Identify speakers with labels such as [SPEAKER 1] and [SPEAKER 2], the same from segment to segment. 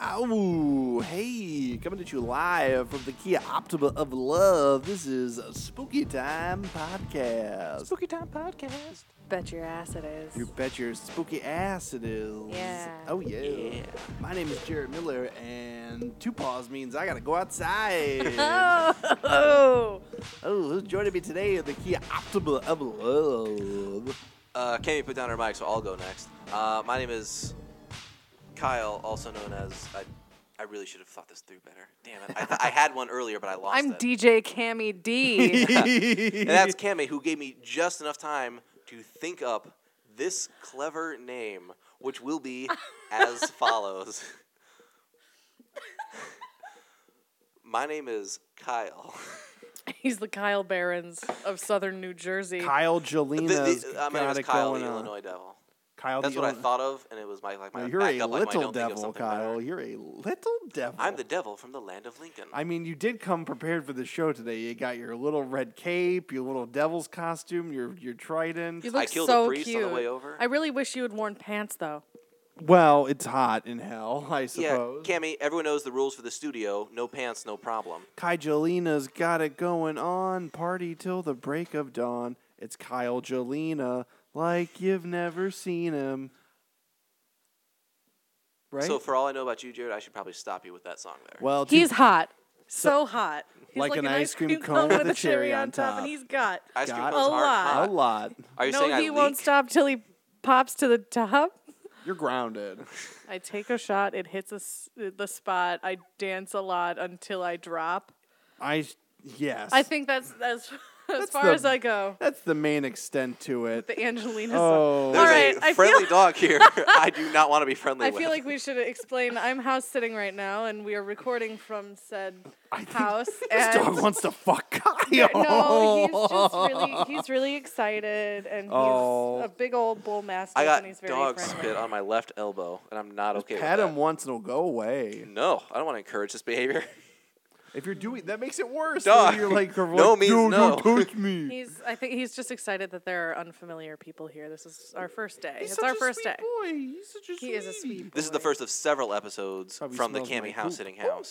[SPEAKER 1] Oh, hey, coming at you live from the Kia Optima of Love. This is Spooky Time Podcast.
[SPEAKER 2] Spooky Time Podcast.
[SPEAKER 3] Bet your ass it is.
[SPEAKER 1] You bet your spooky ass it is.
[SPEAKER 3] Yeah.
[SPEAKER 1] Oh, yeah. My name is Jared Miller, and two paws means I gotta go outside.
[SPEAKER 3] Oh,
[SPEAKER 1] oh, who's joining me today in the Kia Optima of Love?
[SPEAKER 2] Uh, Cammy put down her mic, so I'll go next. Uh, my name is Kyle, also known as. I, I really should have thought this through better. Damn it! I, th- I had one earlier, but I lost
[SPEAKER 3] I'm
[SPEAKER 2] it.
[SPEAKER 3] DJ Cammy D.
[SPEAKER 2] And that's Cammy, who gave me just enough time to think up this clever name, which will be as follows. my name is Kyle.
[SPEAKER 3] He's the Kyle Barons of Southern New Jersey.
[SPEAKER 1] Kyle
[SPEAKER 2] The-
[SPEAKER 1] Jolina's
[SPEAKER 2] the- uh,
[SPEAKER 1] got
[SPEAKER 2] my name
[SPEAKER 1] it
[SPEAKER 2] is Kyle,
[SPEAKER 1] going
[SPEAKER 2] the
[SPEAKER 1] on.
[SPEAKER 2] Illinois Devil.
[SPEAKER 1] Kyle
[SPEAKER 2] That's
[SPEAKER 1] the
[SPEAKER 2] what I
[SPEAKER 1] Illinois-
[SPEAKER 2] thought of, and it was my like my
[SPEAKER 1] Now, you're a
[SPEAKER 2] backup, like, my
[SPEAKER 1] little
[SPEAKER 2] don't think of
[SPEAKER 1] devil,
[SPEAKER 2] something
[SPEAKER 1] Kyle.
[SPEAKER 2] better.
[SPEAKER 1] You're a little devil.
[SPEAKER 2] I'm the devil from the land of Lincoln.
[SPEAKER 1] I mean, you did come prepared for the show today. You got your little red cape, your little devil's costume, your your trident.
[SPEAKER 3] You look
[SPEAKER 2] I killed a
[SPEAKER 3] so
[SPEAKER 2] priest on
[SPEAKER 3] cute.
[SPEAKER 2] the way over.
[SPEAKER 3] I really wish you had worn pants though.
[SPEAKER 1] Well, it's hot in hell, I
[SPEAKER 2] yeah,
[SPEAKER 1] suppose.
[SPEAKER 2] Cammy, everyone knows the rules for the studio. No pants, no problem.
[SPEAKER 1] Kygelina's got it going on. Party till the break of dawn. It's Kyle Jolina, like you've never seen him. Right?
[SPEAKER 2] So for all I know about you, Jared, I should probably stop you with that song there.
[SPEAKER 1] well, two-
[SPEAKER 3] He's hot, so, hot. He's
[SPEAKER 1] Like an ice cream cone with a cherry on top.
[SPEAKER 3] and he's got.
[SPEAKER 2] Ice cream
[SPEAKER 1] God.
[SPEAKER 2] cones
[SPEAKER 3] A
[SPEAKER 2] aren't
[SPEAKER 3] lot.
[SPEAKER 1] a
[SPEAKER 2] hot.
[SPEAKER 1] lot.
[SPEAKER 2] Are you
[SPEAKER 3] no,
[SPEAKER 2] saying I
[SPEAKER 3] he won't
[SPEAKER 2] leak?
[SPEAKER 3] stop till he pops to the top.
[SPEAKER 1] You're grounded.
[SPEAKER 3] I take a shot. It hits a s the spot. I dance a lot until I drop.
[SPEAKER 1] I yes.
[SPEAKER 3] I think that's as as far
[SPEAKER 1] the-
[SPEAKER 3] as I go.
[SPEAKER 1] that's the main extent to it.
[SPEAKER 3] The Angelina.
[SPEAKER 1] Oh.
[SPEAKER 3] song.
[SPEAKER 2] There's
[SPEAKER 3] All right,
[SPEAKER 2] a
[SPEAKER 3] I feel
[SPEAKER 2] friendly dog here. I do not want to be friendly
[SPEAKER 3] I
[SPEAKER 2] with.
[SPEAKER 3] feel like we should explain. I'm house sitting right now, and we are recording from said
[SPEAKER 1] think
[SPEAKER 3] house.
[SPEAKER 1] This dog
[SPEAKER 3] and
[SPEAKER 1] wants to fuck Kyle.
[SPEAKER 3] no, he's just really he's really excited, and he's
[SPEAKER 1] Oh.
[SPEAKER 3] a big old bull mastiff,
[SPEAKER 2] I
[SPEAKER 3] and he's
[SPEAKER 2] got
[SPEAKER 3] very
[SPEAKER 2] dog
[SPEAKER 3] friendly.
[SPEAKER 2] spit on my left elbow, and I'm not okay.
[SPEAKER 1] Pat
[SPEAKER 2] with
[SPEAKER 1] him once and he'll go away.
[SPEAKER 2] that. No, I don't want to encourage this behavior.
[SPEAKER 1] If you're doing that, makes it worse.
[SPEAKER 2] Dog.
[SPEAKER 1] When You're like, you're
[SPEAKER 2] No
[SPEAKER 1] like,
[SPEAKER 2] means
[SPEAKER 1] "Dude,
[SPEAKER 2] no."
[SPEAKER 1] Don't touch me.
[SPEAKER 3] He's I think he's just excited that there are unfamiliar people here. This is our first day.
[SPEAKER 1] He's
[SPEAKER 3] it's
[SPEAKER 1] such
[SPEAKER 3] our
[SPEAKER 1] a
[SPEAKER 3] first
[SPEAKER 1] sweet
[SPEAKER 3] day.
[SPEAKER 1] Boy, he's such a
[SPEAKER 3] He is a sweet
[SPEAKER 2] this is the first of several episodes
[SPEAKER 1] Probably
[SPEAKER 2] from the
[SPEAKER 1] smells
[SPEAKER 2] Cammy
[SPEAKER 1] like
[SPEAKER 2] house
[SPEAKER 1] poop.
[SPEAKER 2] sitting house.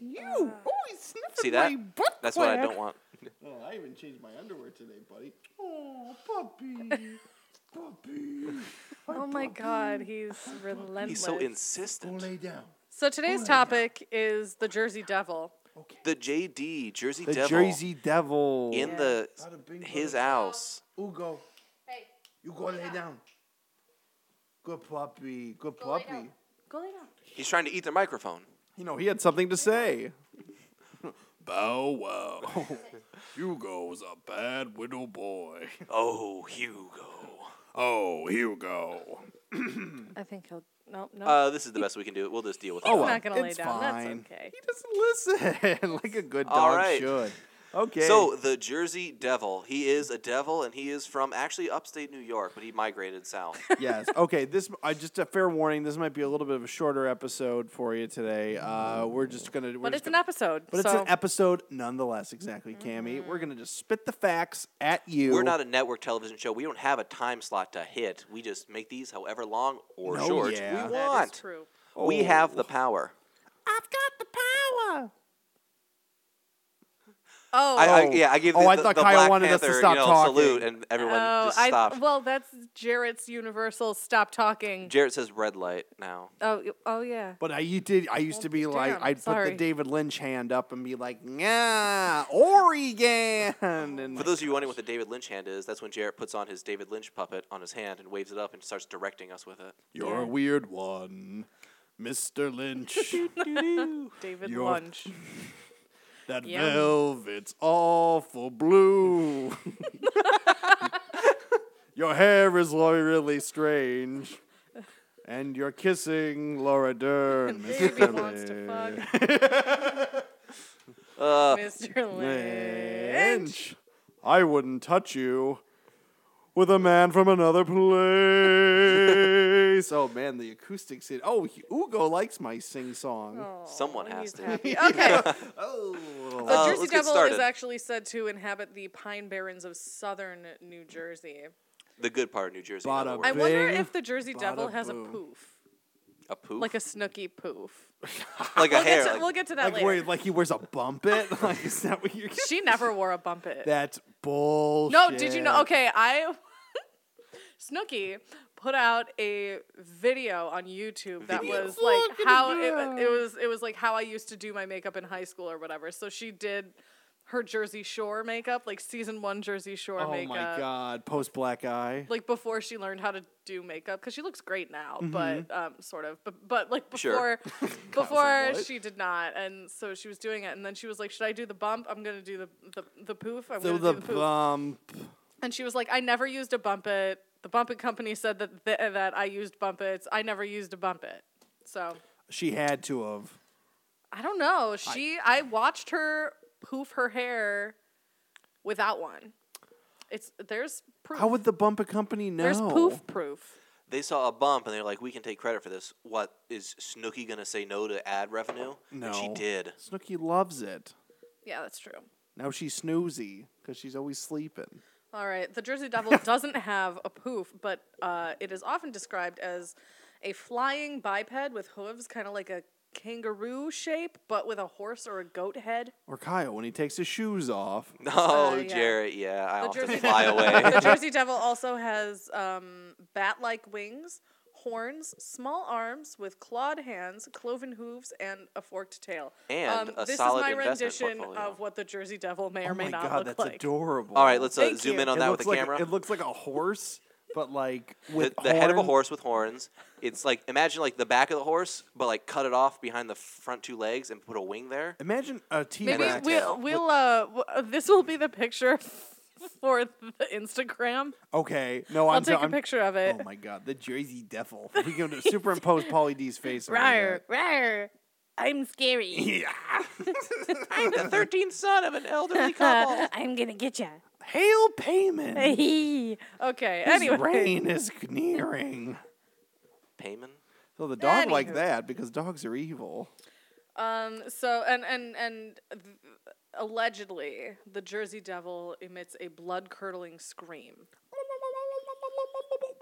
[SPEAKER 1] You,
[SPEAKER 3] Uh.
[SPEAKER 1] oh, he's sniffing
[SPEAKER 2] See that?
[SPEAKER 1] my butt
[SPEAKER 2] That's what I don't
[SPEAKER 1] crack.
[SPEAKER 2] want.
[SPEAKER 1] Oh, I even changed my underwear today, buddy. Oh, puppy, puppy.
[SPEAKER 3] Oh my God, he's relentless.
[SPEAKER 2] He's
[SPEAKER 1] Go
[SPEAKER 2] so insistent.
[SPEAKER 1] lay down.
[SPEAKER 3] So today's topic is the Jersey Devil.
[SPEAKER 2] The JD Jersey
[SPEAKER 1] The
[SPEAKER 2] Devil
[SPEAKER 1] Jersey Devil.
[SPEAKER 2] in the
[SPEAKER 1] Bada bing,
[SPEAKER 2] his
[SPEAKER 1] bada-
[SPEAKER 2] house.
[SPEAKER 1] Ugo,
[SPEAKER 3] Hey,
[SPEAKER 1] you go lay down. Good puppy, good puppy.
[SPEAKER 3] go lay down.
[SPEAKER 2] He's trying to eat their microphone.
[SPEAKER 1] You know, he had something to say. Bow wow. Hugo's a bad little boy.
[SPEAKER 2] Oh, Hugo.
[SPEAKER 1] Oh, Hugo.
[SPEAKER 3] I think he'll. No, no.
[SPEAKER 2] Uh, this is the best we can do. We'll just deal with it.
[SPEAKER 1] Oh,
[SPEAKER 3] He's
[SPEAKER 1] well,
[SPEAKER 3] not gonna lay
[SPEAKER 1] it's
[SPEAKER 3] down. That's
[SPEAKER 1] fine.
[SPEAKER 3] okay.
[SPEAKER 1] He doesn't listen like a good
[SPEAKER 2] All
[SPEAKER 1] dog
[SPEAKER 2] right.
[SPEAKER 1] should. Okay.
[SPEAKER 2] So the Jersey Devil. He is a devil, and he is from actually upstate New York, but he migrated south.
[SPEAKER 1] yes. Okay. This I just a fair warning. This might be a little bit of a shorter episode for you today. Uh, we're just gonna. We're
[SPEAKER 3] but
[SPEAKER 1] just
[SPEAKER 3] it's an
[SPEAKER 1] gonna,
[SPEAKER 3] episode.
[SPEAKER 1] But
[SPEAKER 3] so
[SPEAKER 1] it's an episode nonetheless. Exactly, Cammy. We're gonna just spit the facts at you.
[SPEAKER 2] We're not a network television show. We don't have a time slot to hit. We just make these however long or
[SPEAKER 1] No,
[SPEAKER 2] short
[SPEAKER 1] yeah.
[SPEAKER 2] we
[SPEAKER 3] That is
[SPEAKER 2] want.
[SPEAKER 3] true.
[SPEAKER 1] Oh.
[SPEAKER 2] We have the power.
[SPEAKER 1] I've got the power.
[SPEAKER 3] Oh,
[SPEAKER 2] I, I,
[SPEAKER 1] Oh.
[SPEAKER 2] yeah, I gave
[SPEAKER 1] Oh,
[SPEAKER 2] the,
[SPEAKER 1] I
[SPEAKER 2] the-
[SPEAKER 1] thought
[SPEAKER 2] the
[SPEAKER 1] Kyle
[SPEAKER 2] Black
[SPEAKER 1] wanted us to
[SPEAKER 2] Panther,
[SPEAKER 1] stop
[SPEAKER 2] you know,
[SPEAKER 1] talking.
[SPEAKER 2] salute, and everyone
[SPEAKER 3] oh,
[SPEAKER 2] just
[SPEAKER 3] I-
[SPEAKER 2] stopped.
[SPEAKER 3] well, that's Jarrett's universal stop talking.
[SPEAKER 2] Jarrett says red light now.
[SPEAKER 3] oh, y- oh yeah.
[SPEAKER 1] But I you did. I used to be like,
[SPEAKER 3] damn,
[SPEAKER 1] I'd put
[SPEAKER 3] sorry.
[SPEAKER 1] the David Lynch hand up and be like, "Yeah, Oregon." And
[SPEAKER 2] For those of you wondering what the David Lynch hand is, that's when Jarrett puts on his David Lynch puppet on his hand and waves it up and starts directing us with it.
[SPEAKER 1] you're a weird one, Mister Lynch.
[SPEAKER 3] David
[SPEAKER 1] Your-
[SPEAKER 3] Lunch.
[SPEAKER 1] that
[SPEAKER 3] Yum.
[SPEAKER 1] velvet's awful blue. your hair is lo- really strange. And you're kissing Laura Dern,
[SPEAKER 3] Baby
[SPEAKER 1] Mr.
[SPEAKER 3] wants to
[SPEAKER 1] Lynch.
[SPEAKER 3] fuck.
[SPEAKER 2] Uh,
[SPEAKER 3] Mr.
[SPEAKER 1] Lynch.
[SPEAKER 3] Lynch.
[SPEAKER 1] I wouldn't touch you with a man from another place. oh man, the acoustics. In- oh, Hugo likes my sing song.
[SPEAKER 2] Someone
[SPEAKER 3] Oh,
[SPEAKER 2] has
[SPEAKER 3] he's
[SPEAKER 2] to.
[SPEAKER 3] happy. Okay,
[SPEAKER 1] Oh,
[SPEAKER 2] Uh,
[SPEAKER 3] so Jersey
[SPEAKER 2] let's get
[SPEAKER 3] Devil
[SPEAKER 2] started.
[SPEAKER 3] is actually said to inhabit the Pine Barrens of southern New Jersey.
[SPEAKER 2] The good part of New Jersey. in
[SPEAKER 1] Bada
[SPEAKER 2] other
[SPEAKER 1] bing.
[SPEAKER 3] I
[SPEAKER 2] words.
[SPEAKER 3] wonder
[SPEAKER 1] Bing,
[SPEAKER 3] if the Jersey Devil
[SPEAKER 1] bada
[SPEAKER 3] has a
[SPEAKER 1] boom.
[SPEAKER 3] poof.
[SPEAKER 2] A poof?
[SPEAKER 3] like a snooky poof.
[SPEAKER 2] like a
[SPEAKER 3] We'll
[SPEAKER 2] hair.
[SPEAKER 3] get to,
[SPEAKER 2] like-
[SPEAKER 3] we'll get to that
[SPEAKER 1] Like,
[SPEAKER 3] later.
[SPEAKER 1] where, like he wears a bumpet? like, is that what you're
[SPEAKER 3] She never wore a bumpet.
[SPEAKER 1] That's bullshit.
[SPEAKER 3] No, did you know? Okay, I Snooki put out a video on YouTube that
[SPEAKER 2] Video.
[SPEAKER 3] was like
[SPEAKER 1] Look at
[SPEAKER 3] how
[SPEAKER 1] that.
[SPEAKER 3] it, it was it was like how I used to do my makeup in high school or whatever. So she did her Jersey Shore makeup, like season 1 Jersey Shore
[SPEAKER 1] Oh
[SPEAKER 3] makeup.
[SPEAKER 1] my god, post black eye.
[SPEAKER 3] Like before she learned how to do makeup cuz she looks great now,
[SPEAKER 1] Mm-hmm.
[SPEAKER 3] but um sort of but, but like
[SPEAKER 2] Sure.
[SPEAKER 3] before before
[SPEAKER 1] what?
[SPEAKER 3] she did not and so she was doing it and then she was like, "Should I do the bump? I'm going to do the the, the poof. I'm
[SPEAKER 1] So
[SPEAKER 3] going to
[SPEAKER 1] the
[SPEAKER 3] do the poof."
[SPEAKER 1] bump.
[SPEAKER 3] and she was like, "I never used a bump it. The bump it company said that th- that I used bump its. I never used a bump it." So
[SPEAKER 1] She had to have.
[SPEAKER 3] I don't know. She I, watched her poof her hair without one. It's there's proof.
[SPEAKER 1] How would the bump a company know?
[SPEAKER 3] there's poof proof.
[SPEAKER 2] they saw a bump and they're like, we can take credit for this. What is Snooki gonna say no to ad revenue? And she
[SPEAKER 1] No.
[SPEAKER 2] did.
[SPEAKER 1] Snooki loves it.
[SPEAKER 3] Yeah, that's true.
[SPEAKER 1] Now she's snoozy because she's always sleeping.
[SPEAKER 3] All right. The Jersey Devil doesn't have a poof, but uh, it is often described as a flying biped with hooves, kind of like a kangaroo shape, but with a horse or a goat head.
[SPEAKER 1] Or Kyle when he takes his shoes off.
[SPEAKER 2] No,
[SPEAKER 3] uh, yeah.
[SPEAKER 2] Oh, Jarrett, yeah, I
[SPEAKER 3] The
[SPEAKER 2] often
[SPEAKER 3] Jersey
[SPEAKER 2] fly away.
[SPEAKER 3] The Jersey Devil also has um, bat like wings, horns, small arms with clawed hands, cloven hooves, and a forked tail.
[SPEAKER 2] And
[SPEAKER 3] um,
[SPEAKER 2] a
[SPEAKER 3] this
[SPEAKER 2] solid
[SPEAKER 3] is my
[SPEAKER 2] investment
[SPEAKER 3] rendition
[SPEAKER 2] portfolio.
[SPEAKER 3] of what the Jersey Devil may or
[SPEAKER 1] oh
[SPEAKER 3] may
[SPEAKER 1] my
[SPEAKER 3] not
[SPEAKER 1] god,
[SPEAKER 3] look
[SPEAKER 1] that's
[SPEAKER 3] like.
[SPEAKER 1] adorable.
[SPEAKER 2] All right, let's uh,
[SPEAKER 3] Thank
[SPEAKER 2] zoom
[SPEAKER 3] you.
[SPEAKER 2] in on
[SPEAKER 1] It
[SPEAKER 2] that
[SPEAKER 1] looks
[SPEAKER 2] with the
[SPEAKER 1] like,
[SPEAKER 2] camera.
[SPEAKER 1] It looks like a horse, but like
[SPEAKER 2] the,
[SPEAKER 1] with
[SPEAKER 2] the head of a
[SPEAKER 1] horn-
[SPEAKER 2] horse with horns. It's like imagine like the back of the horse, but like cut it off behind the front two legs and put a wing there.
[SPEAKER 1] Imagine a T
[SPEAKER 3] Maybe
[SPEAKER 2] T-Rex.
[SPEAKER 3] we'll, we'll uh, w- uh, this will be the picture for the Instagram.
[SPEAKER 1] Okay, no,
[SPEAKER 3] I'll
[SPEAKER 1] I'm. so-
[SPEAKER 3] take a
[SPEAKER 1] I'm-
[SPEAKER 3] picture of it.
[SPEAKER 1] Oh my god, the Jersey Devil. we can superimpose Polly D's face. on
[SPEAKER 3] Rawr,
[SPEAKER 1] that.
[SPEAKER 3] rawr. I'm scary.
[SPEAKER 1] Yeah.
[SPEAKER 2] I'm the thirteenth son of an elderly couple.
[SPEAKER 3] I'm gonna get ya.
[SPEAKER 1] Hail payment.
[SPEAKER 3] okay.
[SPEAKER 1] Anyway.
[SPEAKER 3] Anyway.
[SPEAKER 1] Rain is nearing.
[SPEAKER 2] Payman.
[SPEAKER 1] So the dog
[SPEAKER 3] Anywho.
[SPEAKER 1] liked that because dogs are evil.
[SPEAKER 3] Um. So and and and th- allegedly, the Jersey Devil emits a blood-curdling scream.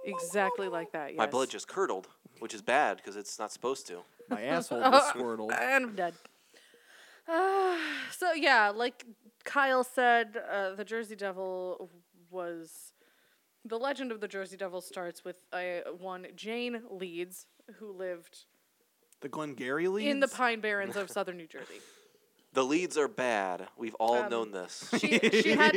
[SPEAKER 3] Exactly like that. Yes.
[SPEAKER 2] My blood just curdled, which is bad because it's not supposed to.
[SPEAKER 1] My asshole just
[SPEAKER 3] Uh,
[SPEAKER 1] squirtled.
[SPEAKER 3] And I'm dead. Ah, so yeah, like Kyle said, uh, the Jersey Devil was. The legend of the Jersey Devil starts with a, one Jane Leeds, who lived
[SPEAKER 1] The Glengarry leaves.
[SPEAKER 3] in the Pine Barrens of southern New Jersey.
[SPEAKER 2] The leads are bad. We've all
[SPEAKER 3] Um,
[SPEAKER 2] known this.
[SPEAKER 3] She, she had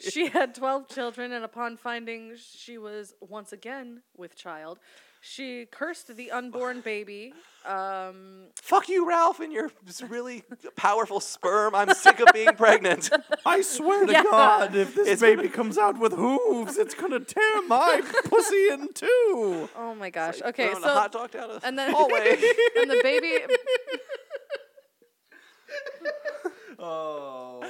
[SPEAKER 3] she had 12 children, and upon finding she was once again with child, she cursed the unborn baby. Um,
[SPEAKER 2] Fuck you, Ralph, and your s- really powerful sperm. I'm sick of being pregnant.
[SPEAKER 1] I swear to
[SPEAKER 3] Yeah.
[SPEAKER 1] God, if this
[SPEAKER 2] It's
[SPEAKER 1] baby comes out with hooves, it's gonna tear my pussy in two.
[SPEAKER 3] oh my gosh. Okay,
[SPEAKER 2] Throwing a
[SPEAKER 3] so.
[SPEAKER 2] hot dog down a
[SPEAKER 3] And then,
[SPEAKER 2] hallway.
[SPEAKER 3] and the baby.
[SPEAKER 1] Oh.
[SPEAKER 3] All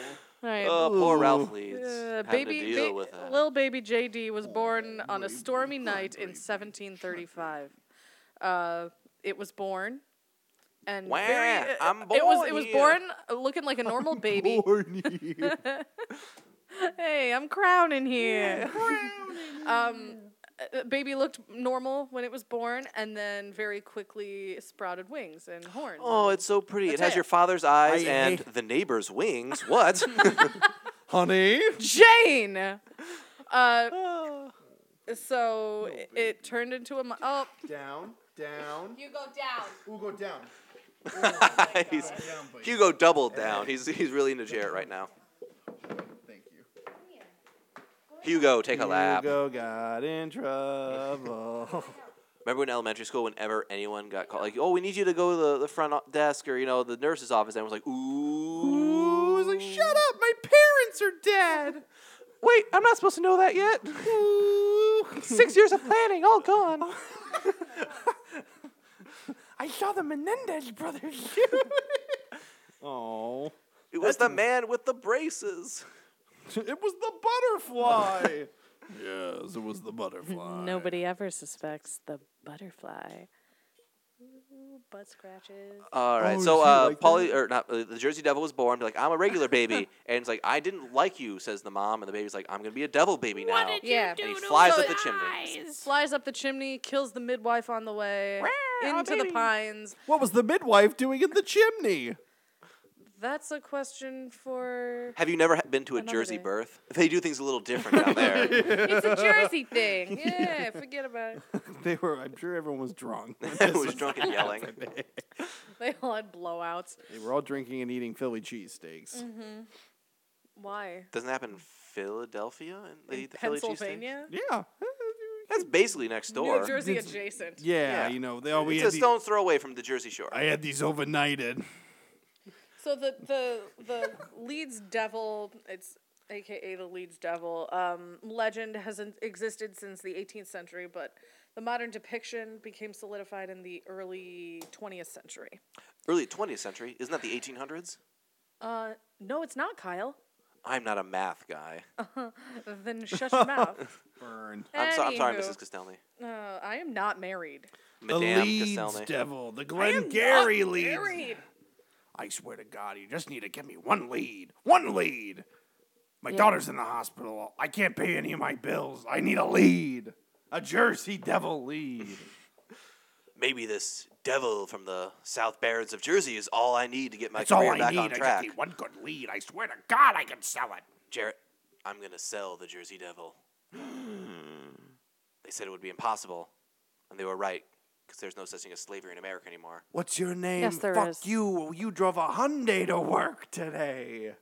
[SPEAKER 3] right.
[SPEAKER 2] oh, poor Ralph
[SPEAKER 1] Ooh.
[SPEAKER 2] Leeds.
[SPEAKER 3] Uh,
[SPEAKER 2] having
[SPEAKER 3] baby,
[SPEAKER 2] to deal
[SPEAKER 3] ba-
[SPEAKER 2] with that.
[SPEAKER 3] little baby JD was born on a stormy night in 1735. Uh, it was born, and
[SPEAKER 2] Wah,
[SPEAKER 3] very, uh,
[SPEAKER 2] I'm
[SPEAKER 3] It was it
[SPEAKER 2] born
[SPEAKER 3] was
[SPEAKER 2] here.
[SPEAKER 3] born looking like a normal baby. Hey, I'm crowning here. um, uh, baby looked normal when it was born, and then very quickly sprouted wings and horns.
[SPEAKER 2] Oh, it's so pretty.
[SPEAKER 3] That's
[SPEAKER 2] it has
[SPEAKER 3] it.
[SPEAKER 2] your father's eyes
[SPEAKER 1] I
[SPEAKER 2] and
[SPEAKER 1] hate-
[SPEAKER 2] the neighbor's wings. What?
[SPEAKER 3] Oh
[SPEAKER 1] Honey.
[SPEAKER 3] Jane. Uh,
[SPEAKER 2] Oh.
[SPEAKER 3] so it, it turned into a. Mo- oh,
[SPEAKER 1] Down, down.
[SPEAKER 3] you go down.
[SPEAKER 1] We'll go down.
[SPEAKER 2] He's- Hugo doubled down. He's he's really into Jarrett right now.
[SPEAKER 1] Thank you.
[SPEAKER 2] Hugo, take a lap.
[SPEAKER 1] Hugo got in trouble.
[SPEAKER 2] Remember in elementary school, whenever anyone got called, like, oh, we need you to go to the, the front o- desk or, you know, the nurse's office, everyone's like, ooh.
[SPEAKER 1] Ooh, I was like, shut up, my parents are dead.
[SPEAKER 2] Wait, I'm not supposed to know that yet. Six years of planning, all gone.
[SPEAKER 1] I saw the Menendez brothers. oh.
[SPEAKER 2] It was the man with the braces.
[SPEAKER 1] It was the butterfly. yes, it was the butterfly.
[SPEAKER 3] Nobody ever suspects the butterfly. Ooh, butt scratches.
[SPEAKER 2] All right,
[SPEAKER 1] Oh,
[SPEAKER 2] so
[SPEAKER 1] is he
[SPEAKER 2] uh,
[SPEAKER 1] like
[SPEAKER 2] Polly, or not, uh, the Jersey Devil was born. Like, I'm a regular baby, and it's like, I didn't like you, says the mom, and the baby's like, I'm gonna be a devil baby now.
[SPEAKER 3] yeah.
[SPEAKER 2] and he flies
[SPEAKER 3] So
[SPEAKER 2] up the
[SPEAKER 3] it-
[SPEAKER 2] chimney.
[SPEAKER 3] Flies up the chimney, kills the midwife on the way.
[SPEAKER 1] I'm
[SPEAKER 3] into the
[SPEAKER 1] eating.
[SPEAKER 3] pines.
[SPEAKER 1] What was the midwife doing in the chimney?
[SPEAKER 3] That's a question for.
[SPEAKER 2] Have you never ha- been to a
[SPEAKER 3] Another
[SPEAKER 2] Jersey
[SPEAKER 3] day.
[SPEAKER 2] birth? They do things a little different down there.
[SPEAKER 3] It's a Jersey thing. Yeah, forget about it.
[SPEAKER 1] They were. I'm sure everyone was drunk.
[SPEAKER 2] I was drunk and yelling.
[SPEAKER 3] They all had blowouts.
[SPEAKER 1] They were all drinking and eating Philly cheesesteaks.
[SPEAKER 3] Mm-hmm. Why?
[SPEAKER 2] Doesn't happen in Philadelphia. And they
[SPEAKER 3] In
[SPEAKER 2] eat the Philly cheesesteaks?
[SPEAKER 3] Pennsylvania?
[SPEAKER 1] Yeah.
[SPEAKER 2] That's basically next door.
[SPEAKER 3] New Jersey
[SPEAKER 1] It's-
[SPEAKER 3] adjacent.
[SPEAKER 1] Yeah,
[SPEAKER 2] Yeah.
[SPEAKER 1] you know, they all we
[SPEAKER 2] It's
[SPEAKER 1] had
[SPEAKER 2] a
[SPEAKER 1] the-
[SPEAKER 2] stone's throw away from the Jersey Shore.
[SPEAKER 1] I had these overnighted.
[SPEAKER 3] So the the the Leeds Devil, it's AKA the Leeds Devil, um, legend has in- existed since the 18th century, but the modern depiction became solidified in the early 20th century.
[SPEAKER 2] Early 20th century. Isn't that the 1800s?
[SPEAKER 3] Uh, no, it's not, Kyle.
[SPEAKER 2] I'm not a math guy.
[SPEAKER 3] Then shut your mouth.
[SPEAKER 1] Burn.
[SPEAKER 2] I'm, so, I'm sorry,
[SPEAKER 3] Anywho.
[SPEAKER 2] Mrs. Castelli.
[SPEAKER 3] Uh, I am not married.
[SPEAKER 1] The
[SPEAKER 2] Madame
[SPEAKER 1] Leeds
[SPEAKER 2] Castelli.
[SPEAKER 1] Devil. The
[SPEAKER 3] I am
[SPEAKER 1] Glengarry
[SPEAKER 3] not
[SPEAKER 1] Leeds.
[SPEAKER 3] married.
[SPEAKER 1] I swear to God, you just need to give me one lead. One lead. My daughter's in the hospital. I can't pay any of my bills. I need a lead. A Jersey Devil lead.
[SPEAKER 2] Maybe this devil from the South Barrens of Jersey is all I need to get my
[SPEAKER 1] That's all
[SPEAKER 2] career
[SPEAKER 1] I
[SPEAKER 2] back
[SPEAKER 1] need.
[SPEAKER 2] on
[SPEAKER 1] I
[SPEAKER 2] track.
[SPEAKER 1] just need one good lead. I swear to God, I can sell it.
[SPEAKER 2] Jarrett, I'm gonna sell the Jersey Devil. they said it would be impossible, and they were right, because there's no such thing as slavery in America anymore.
[SPEAKER 1] What's your name?
[SPEAKER 3] Yes, there
[SPEAKER 1] Fuck
[SPEAKER 3] is.
[SPEAKER 1] you. You drove a Hyundai to work today.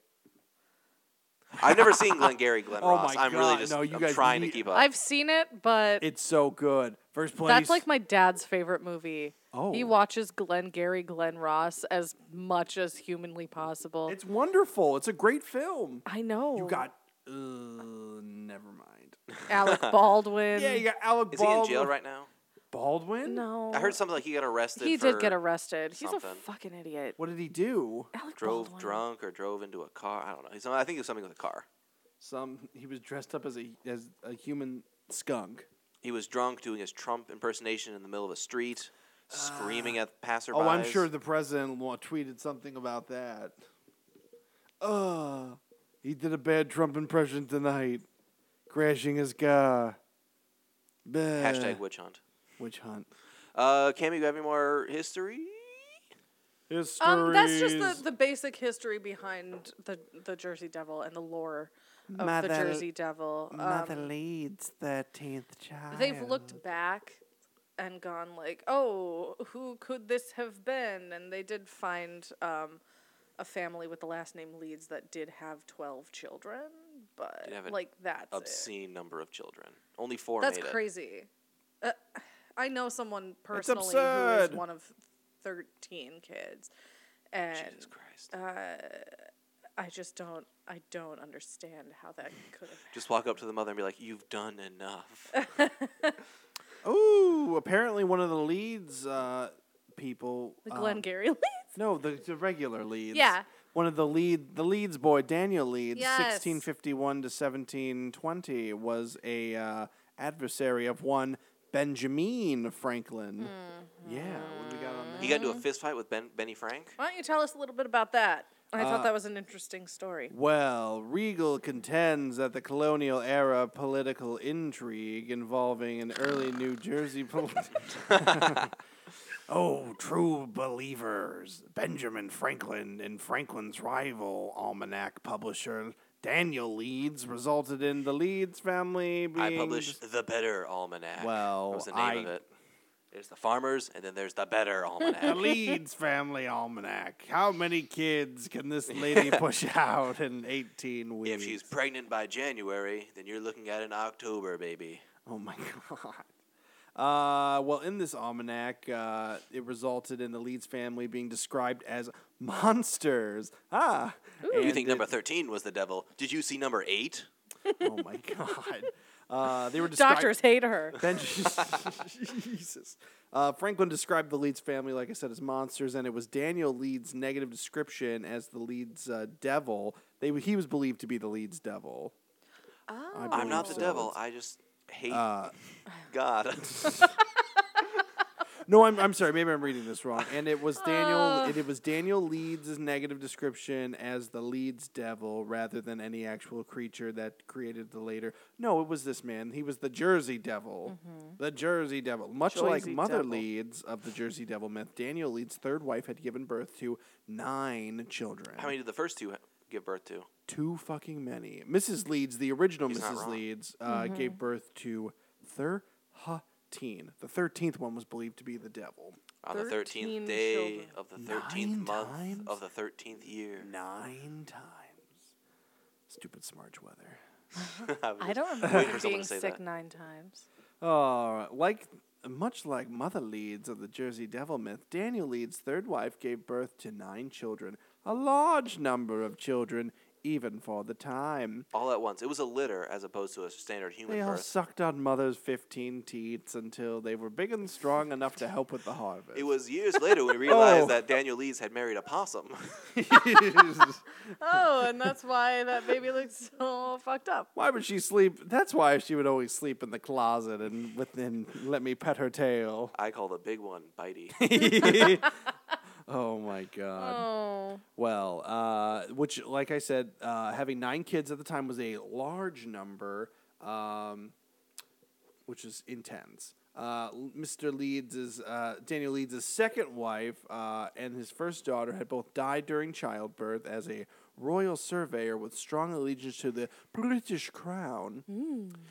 [SPEAKER 2] I've never seen Glengarry Glen
[SPEAKER 1] Oh
[SPEAKER 2] Ross.
[SPEAKER 1] my
[SPEAKER 2] I'm really
[SPEAKER 1] God,
[SPEAKER 2] just
[SPEAKER 1] no, you
[SPEAKER 2] I'm
[SPEAKER 1] guys
[SPEAKER 2] trying
[SPEAKER 1] need-
[SPEAKER 2] to keep up.
[SPEAKER 3] I've seen it, but
[SPEAKER 1] It's so good. First place.
[SPEAKER 3] That's like my dad's favorite movie. He
[SPEAKER 1] Oh.
[SPEAKER 3] watches Glenn Gary, Glenn Ross as much as humanly possible.
[SPEAKER 1] It's wonderful. It's a great film.
[SPEAKER 3] I know.
[SPEAKER 1] You got. Uh, never mind.
[SPEAKER 3] Alec Baldwin.
[SPEAKER 1] Yeah, you got Alec
[SPEAKER 2] is he
[SPEAKER 1] Baldwin.
[SPEAKER 2] in jail right now?
[SPEAKER 1] Baldwin?
[SPEAKER 3] no.
[SPEAKER 2] I heard something like he got arrested.
[SPEAKER 3] he did
[SPEAKER 2] for
[SPEAKER 3] get arrested. He's a
[SPEAKER 2] something.
[SPEAKER 3] fucking idiot.
[SPEAKER 1] What did he do?
[SPEAKER 3] Alec
[SPEAKER 2] Drove
[SPEAKER 3] Baldwin.
[SPEAKER 2] drunk or drove into a car. I don't know. He's, I think it was something with a car.
[SPEAKER 1] Some he was dressed up as a as a human skunk.
[SPEAKER 2] He was drunk doing his Trump impersonation in the middle of a street,
[SPEAKER 3] Uh,
[SPEAKER 2] screaming at passersby.
[SPEAKER 1] Oh, I'm sure the president wa- tweeted something about that. Uh, he did a bad Trump impression tonight, crashing his car. Bah.
[SPEAKER 2] Hashtag witch hunt.
[SPEAKER 1] witch hunt.
[SPEAKER 2] Uh, Cammy, you have any more history?
[SPEAKER 1] Histories.
[SPEAKER 3] Um, that's just the, the basic history behind the, the Jersey Devil and the lore of
[SPEAKER 1] Mother-
[SPEAKER 3] the Jersey Devil. Um,
[SPEAKER 1] Leeds thirteenth child.
[SPEAKER 3] they've looked back and gone like, "Oh, who could this have been?" And they did find um, a family with the last name Leeds that did have twelve children, but
[SPEAKER 2] Did have an
[SPEAKER 3] like that's it.
[SPEAKER 2] Obscene number of children. Only four
[SPEAKER 3] That's
[SPEAKER 2] made it.
[SPEAKER 3] crazy. Uh, I know someone personally who is
[SPEAKER 1] absurd.
[SPEAKER 3] one of thirteen kids, and
[SPEAKER 2] Jesus Christ.
[SPEAKER 3] Uh, I just don't. I don't understand how that could have.
[SPEAKER 2] Just walk up to the mother and be like, "You've done enough."
[SPEAKER 1] Ooh, apparently one of the Leeds uh, people.
[SPEAKER 3] The
[SPEAKER 1] um,
[SPEAKER 3] Glenn Gary Leeds.
[SPEAKER 1] No, the, the regular Leeds.
[SPEAKER 3] Yeah.
[SPEAKER 1] One of the lead the Leeds boy, Daniel Leeds,
[SPEAKER 3] Yes.
[SPEAKER 1] sixteen fifty one to seventeen twenty, was a uh, adversary of one Benjamin Franklin.
[SPEAKER 3] Mm-hmm.
[SPEAKER 1] Yeah, what do we got on that?
[SPEAKER 2] he got into a fist fight with ben, Benny Frank.
[SPEAKER 3] Why don't you tell us a little bit about that? I
[SPEAKER 2] Uh,
[SPEAKER 3] thought that was an interesting story.
[SPEAKER 1] Well, Regal contends that the colonial era political intrigue involving an early New Jersey polit- Oh, true believers. Benjamin Franklin and Franklin's rival almanac publisher Daniel Leeds resulted in the Leeds family being
[SPEAKER 2] I published the Better Almanac.
[SPEAKER 1] Well,
[SPEAKER 2] that was the name of
[SPEAKER 1] I-
[SPEAKER 2] it. There's the farmers, and then there's the Better
[SPEAKER 1] the
[SPEAKER 2] Almanac.
[SPEAKER 1] Leeds family almanac. How many kids can this lady push out in 18 weeks?
[SPEAKER 2] if she's pregnant by January, then you're looking at an October baby.
[SPEAKER 1] Oh my god. Uh, well, in this almanac, uh, it resulted in the Leeds family being described as monsters. Ah,
[SPEAKER 2] You
[SPEAKER 1] and
[SPEAKER 2] think
[SPEAKER 1] it-
[SPEAKER 2] number thirteen was the devil? Did you see number eight?
[SPEAKER 1] Oh my god. Uh, they were described.
[SPEAKER 3] Doctors hate her.
[SPEAKER 1] Ben- Jesus. Uh, Franklin described the Leeds family, like I said, as monsters, and it was Daniel Leeds' negative description as the Leeds uh, devil. They he was believed to be the Leeds devil.
[SPEAKER 3] Oh.
[SPEAKER 2] I'm not the
[SPEAKER 1] so.
[SPEAKER 2] devil. I just hate God.
[SPEAKER 1] No, I'm, I'm sorry. Maybe I'm reading this wrong. And it was
[SPEAKER 4] Oh.
[SPEAKER 1] Daniel. it, it was Daniel Leeds' negative description as the Leeds Devil, rather than any actual creature that created the later. No, it was this man. He was the Jersey Devil. The Jersey Devil, much like
[SPEAKER 4] Mm-hmm. Jersey
[SPEAKER 1] Mother
[SPEAKER 4] Devil.
[SPEAKER 1] Leeds of the Jersey Devil myth. Daniel Leeds' third wife had given birth to nine children.
[SPEAKER 2] How many did the first two give birth to?
[SPEAKER 1] Too fucking many. Mrs. Leeds, the original
[SPEAKER 2] He's not
[SPEAKER 1] Mrs.
[SPEAKER 2] wrong.
[SPEAKER 1] Leeds, uh,
[SPEAKER 4] Mm-hmm.
[SPEAKER 1] gave birth to thirteen. The thirteenth one was believed to be the devil.
[SPEAKER 2] On the
[SPEAKER 3] 13
[SPEAKER 2] 13th day
[SPEAKER 3] children.
[SPEAKER 2] of the
[SPEAKER 1] Nine
[SPEAKER 2] 13th month
[SPEAKER 1] times?
[SPEAKER 2] of the 13th year.
[SPEAKER 1] Nine times. Stupid smarch weather.
[SPEAKER 2] I
[SPEAKER 4] I don't
[SPEAKER 2] waiting
[SPEAKER 4] remember
[SPEAKER 2] for someone
[SPEAKER 4] being
[SPEAKER 2] to say
[SPEAKER 4] sick
[SPEAKER 2] that.
[SPEAKER 4] nine times.
[SPEAKER 1] Oh, like much like Mother Leeds of the Jersey Devil myth, Daniel Leeds' third wife gave birth to nine children. A large number of children, even for the time.
[SPEAKER 2] All at once. It was a litter as opposed to a standard human
[SPEAKER 1] They all
[SPEAKER 2] birth.
[SPEAKER 1] sucked on mother's 15 teats until they were big and strong enough to help with the harvest.
[SPEAKER 2] It was years later when we realized
[SPEAKER 1] Oh.
[SPEAKER 2] that Daniel Lees had married a possum.
[SPEAKER 3] Oh, and that's why that baby looks so fucked up.
[SPEAKER 1] why would she sleep? That's why she would always sleep in the closet and within let me pet her tail.
[SPEAKER 2] I call the big one Bitey.
[SPEAKER 1] oh my
[SPEAKER 2] Um,
[SPEAKER 1] god.
[SPEAKER 3] Oh.
[SPEAKER 1] Well, uh, which, like I said, uh, having nine kids at the time was a large number, um, which is intense. Uh, L- Mr. Leeds is uh, Daniel Leeds' second wife uh, and his first daughter had both died during childbirth as a royal surveyor with strong allegiance to the British crown.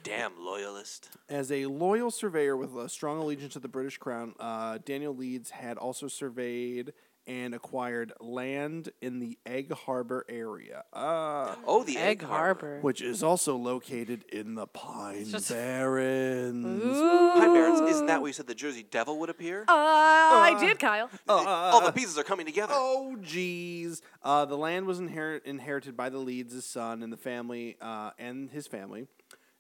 [SPEAKER 2] Damn loyalist.
[SPEAKER 1] As a loyal surveyor with a strong allegiance to the British Crown, uh, Daniel Leeds had also surveyed and acquired land in the Egg Harbor area, uh,
[SPEAKER 2] Oh, the
[SPEAKER 4] Egg
[SPEAKER 2] Egg,
[SPEAKER 4] Harbor.
[SPEAKER 1] which is also located in the Pine Barrens.
[SPEAKER 2] Hi, Barons. Isn't that where you said the Jersey Devil would appear?
[SPEAKER 3] Uh, I did, Kyle.
[SPEAKER 2] All the pieces are coming together.
[SPEAKER 1] Oh, geez. Uh, the land was inherit- inherited by the Leeds' son and the family uh, and his family,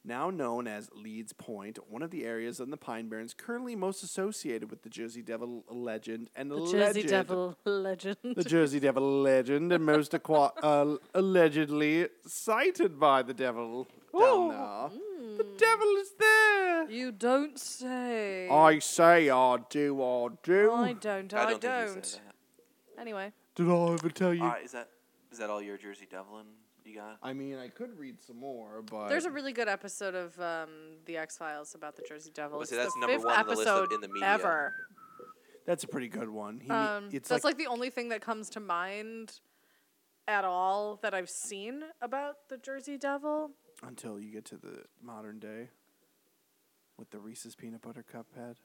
[SPEAKER 1] now known as Leeds Point, one of the areas in the Pine Barrens currently most associated with the Jersey Devil legend and
[SPEAKER 3] The
[SPEAKER 1] legend.
[SPEAKER 3] Jersey Devil legend.
[SPEAKER 1] The Jersey Devil legend and most aqua- uh, allegedly cited by the devil down there. The devil is there.
[SPEAKER 3] You don't say.
[SPEAKER 1] I say I do, I do.
[SPEAKER 3] I don't. I,
[SPEAKER 2] I
[SPEAKER 3] don't.
[SPEAKER 2] don't, think you said
[SPEAKER 3] Anyway.
[SPEAKER 1] Did I ever tell you?
[SPEAKER 2] that. All right, is that is that all your Jersey Devlin you got?
[SPEAKER 1] I mean, I could read some more, but
[SPEAKER 3] There's a really good episode of um, the X Files about the Jersey Devil.
[SPEAKER 2] Well,
[SPEAKER 3] it's
[SPEAKER 2] see, that's
[SPEAKER 3] the
[SPEAKER 2] number
[SPEAKER 3] fifth
[SPEAKER 2] one on the list
[SPEAKER 3] episode
[SPEAKER 2] of- in the media.
[SPEAKER 3] ever.
[SPEAKER 1] that's a pretty good one. He,
[SPEAKER 3] Um,
[SPEAKER 1] it's
[SPEAKER 3] that's
[SPEAKER 1] like,
[SPEAKER 3] like, the only thing that comes to mind at all that I've seen about the Jersey Devil.
[SPEAKER 1] until you get to the modern day with the Reese's peanut butter cup head.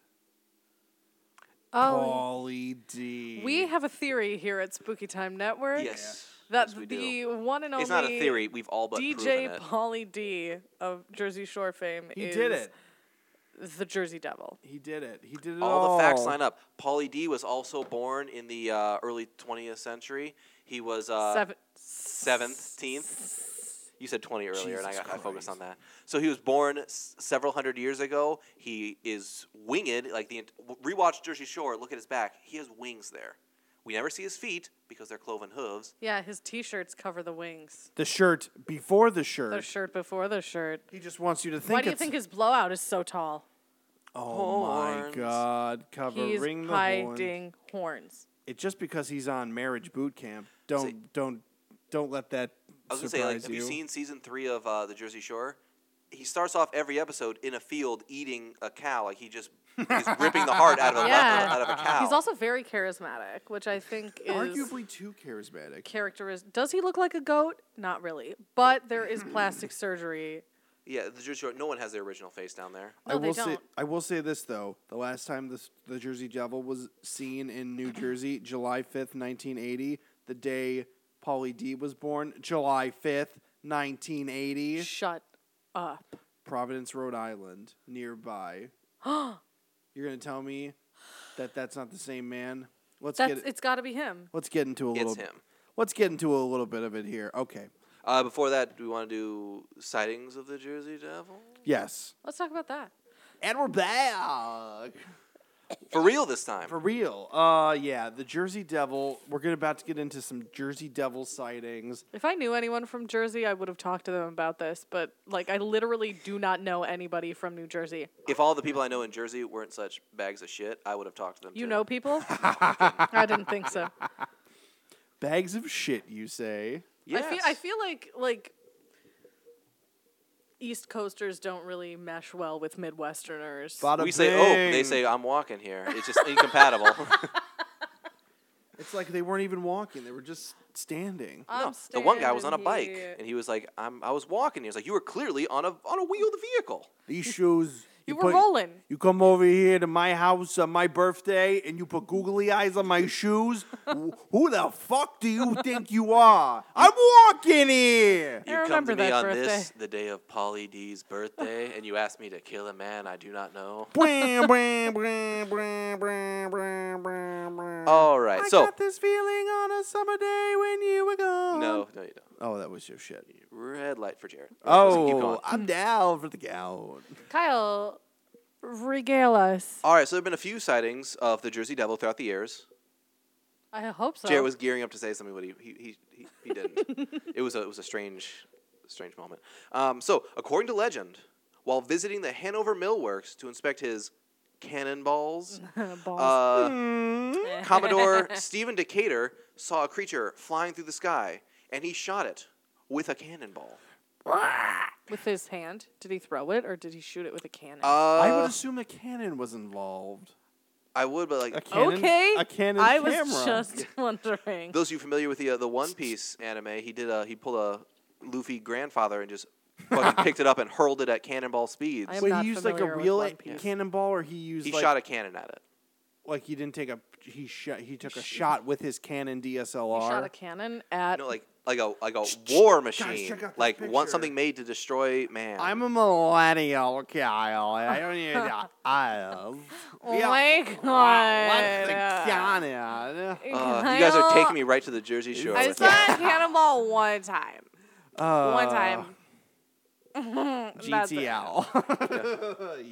[SPEAKER 2] Oh.
[SPEAKER 1] Pauly D.
[SPEAKER 3] Oh, Um, we have a theory here at Spooky Time Network
[SPEAKER 2] Yes.
[SPEAKER 3] that
[SPEAKER 2] yes, we
[SPEAKER 3] the
[SPEAKER 2] do.
[SPEAKER 3] one and only
[SPEAKER 2] It's not a theory. We've all but proven
[SPEAKER 3] DJ
[SPEAKER 2] it.
[SPEAKER 3] Pauly D of Jersey Shore fame
[SPEAKER 1] He
[SPEAKER 3] is
[SPEAKER 1] did it.
[SPEAKER 3] the Jersey Devil.
[SPEAKER 1] He did it. He did it all.
[SPEAKER 2] All the facts line up. Paulie D was also born in the uh, early 20th century. He was uh,
[SPEAKER 3] Seven,
[SPEAKER 2] seventeenth. You said 20 earlier, and I,
[SPEAKER 1] Jesus
[SPEAKER 2] got, I focused on
[SPEAKER 1] Christ.
[SPEAKER 2] that. So he was born s- several hundred years ago. He is winged. Like the ent- w- rewatch Jersey Shore. Look at his back. He has wings there. We never see his feet because they're cloven hooves.
[SPEAKER 3] Yeah, his T-shirts cover the wings.
[SPEAKER 1] The shirt before the shirt.
[SPEAKER 3] The shirt before the shirt.
[SPEAKER 1] he just wants you to think.
[SPEAKER 3] Why do you
[SPEAKER 1] it's-
[SPEAKER 3] think his blowout is so tall?
[SPEAKER 1] Oh my
[SPEAKER 2] Horns.
[SPEAKER 1] God!
[SPEAKER 3] He's
[SPEAKER 1] Covering the horn.
[SPEAKER 3] hiding horns.
[SPEAKER 1] It just because he's on marriage boot camp. Don't don't don't let that
[SPEAKER 2] I was gonna say,
[SPEAKER 1] surprise
[SPEAKER 2] like, have you seen season three of uh, the Jersey Shore? He starts off every episode in a field eating a cow. Like he just he's ripping the heart out of a
[SPEAKER 3] Yeah.
[SPEAKER 2] out of a cow.
[SPEAKER 3] He's also very charismatic, which I think is
[SPEAKER 1] Arguably too charismatic.
[SPEAKER 3] characteristic. Does he look like a goat? Not really, but there is plastic surgery.
[SPEAKER 2] yeah, the Jersey Shore. No one has their original face down there.
[SPEAKER 3] No,
[SPEAKER 1] I
[SPEAKER 3] they
[SPEAKER 1] will say
[SPEAKER 3] don't.
[SPEAKER 1] I will say this though. The last time this, the Jersey Devil was seen in New Jersey, July fifth, nineteen eighty, the day Paulie D was born, July fifth, nineteen eighty,
[SPEAKER 3] Shut up.
[SPEAKER 1] Providence, Rhode Island, nearby. You're gonna tell me that that's not the same man? Let's
[SPEAKER 3] That's
[SPEAKER 1] get
[SPEAKER 3] it's got to be him.
[SPEAKER 1] let's get into a
[SPEAKER 2] It's
[SPEAKER 1] little.
[SPEAKER 2] him.
[SPEAKER 1] Let's get into a little bit of it here. Okay.
[SPEAKER 2] Uh, before that, do we want to do sightings of the Jersey Devil?
[SPEAKER 1] Yes.
[SPEAKER 3] Let's talk about that.
[SPEAKER 1] And we're back.
[SPEAKER 2] For real this time.
[SPEAKER 1] For real. Uh, yeah, the Jersey Devil. We're gonna about to get into some Jersey Devil sightings.
[SPEAKER 3] If I knew anyone from Jersey, I would have talked to them about this, but like I literally do not know anybody from New Jersey.
[SPEAKER 2] if all the people I know in Jersey weren't such bags of shit, I would have talked to them.
[SPEAKER 3] You
[SPEAKER 2] too.
[SPEAKER 3] know people? I didn't think so.
[SPEAKER 1] Bags of shit, you say?
[SPEAKER 2] Yes.
[SPEAKER 3] I feel I feel like like East Coasters don't really mesh well with Midwesterners.
[SPEAKER 1] Bada
[SPEAKER 2] we say oh, they
[SPEAKER 1] bing.
[SPEAKER 2] say I'm walking here. It's just incompatible.
[SPEAKER 1] It's like they weren't even walking; they were just standing.
[SPEAKER 3] I'm
[SPEAKER 2] No, the one guy was on a
[SPEAKER 3] standing
[SPEAKER 2] bike
[SPEAKER 3] here.
[SPEAKER 2] and he was like, I'm, I was walking. He was like, You were clearly on a on a wheeled vehicle.
[SPEAKER 1] These shoes.
[SPEAKER 3] You were rolling.
[SPEAKER 1] You come over here to my house on my birthday, and you put googly eyes on my shoes. Wh- Who the fuck do you think you are? I'm walking here.
[SPEAKER 3] I
[SPEAKER 2] You come
[SPEAKER 3] remember
[SPEAKER 2] to me
[SPEAKER 3] that
[SPEAKER 2] on this,
[SPEAKER 3] birthday.
[SPEAKER 2] the day of Polly D's birthday, and you asked me to kill a man I do not know.
[SPEAKER 1] Bwah, bwah, bwah, bwah, bwah, bwah, bwah, bwah.
[SPEAKER 2] All right,
[SPEAKER 1] I
[SPEAKER 2] so
[SPEAKER 1] got this feeling on a summer day when you were gone.
[SPEAKER 2] no, no, you don't.
[SPEAKER 1] Oh, that was your shit.
[SPEAKER 2] Red light for Jared. Listen, keep going.
[SPEAKER 1] Oh, I'm down for the gown.
[SPEAKER 3] Kyle, regale us.
[SPEAKER 2] All right, so there have been a few sightings of the Jersey Devil throughout the years.
[SPEAKER 3] I hope so.
[SPEAKER 2] Jared was gearing up to say something, but he he he, he, he didn't. it was a it was a strange strange moment. Um, so according to legend, while visiting the Hanover Mill Works to inspect his cannonballs,
[SPEAKER 3] Balls.
[SPEAKER 2] uh,
[SPEAKER 1] Hmm.
[SPEAKER 2] Commodore Stephen Decatur saw a creature flying through the sky, and he shot it with a cannonball.
[SPEAKER 3] with his hand. Did he throw it or did he shoot it with a cannon?
[SPEAKER 2] Uh,
[SPEAKER 1] I would assume a cannon was involved.
[SPEAKER 2] I would, but
[SPEAKER 1] A
[SPEAKER 2] like
[SPEAKER 1] cannon,
[SPEAKER 3] okay.
[SPEAKER 1] A cannon
[SPEAKER 3] I
[SPEAKER 1] camera.
[SPEAKER 3] was just wondering.
[SPEAKER 2] those of you familiar with the uh, the One Piece anime, he did a he pulled a Luffy grandfather and just fucking picked it up and hurled it at cannonball speeds.
[SPEAKER 3] I am
[SPEAKER 1] Wait,
[SPEAKER 3] not
[SPEAKER 1] he used like a
[SPEAKER 3] familiar with
[SPEAKER 1] real
[SPEAKER 3] One
[SPEAKER 1] a-
[SPEAKER 3] Piece.
[SPEAKER 1] cannonball, or he used
[SPEAKER 2] He
[SPEAKER 1] like,
[SPEAKER 2] shot a cannon at it.
[SPEAKER 1] like he didn't take a he shot he took a shot with his Canon DSLR.
[SPEAKER 3] he shot a cannon at.
[SPEAKER 2] you know, like like a like a war machine,
[SPEAKER 1] check out this
[SPEAKER 2] like want
[SPEAKER 1] picture.
[SPEAKER 2] something made to destroy man. Uh,
[SPEAKER 1] I'm a millennial, Kyle. and I don't even eyes.
[SPEAKER 3] oh my god!
[SPEAKER 1] What's the cannon?
[SPEAKER 2] Uh, you guys are taking me right to the Jersey Shore.
[SPEAKER 3] I
[SPEAKER 2] with
[SPEAKER 3] saw
[SPEAKER 2] that.
[SPEAKER 3] a cannonball one time. one
[SPEAKER 1] Uh,
[SPEAKER 3] time. That's it.
[SPEAKER 1] GTL.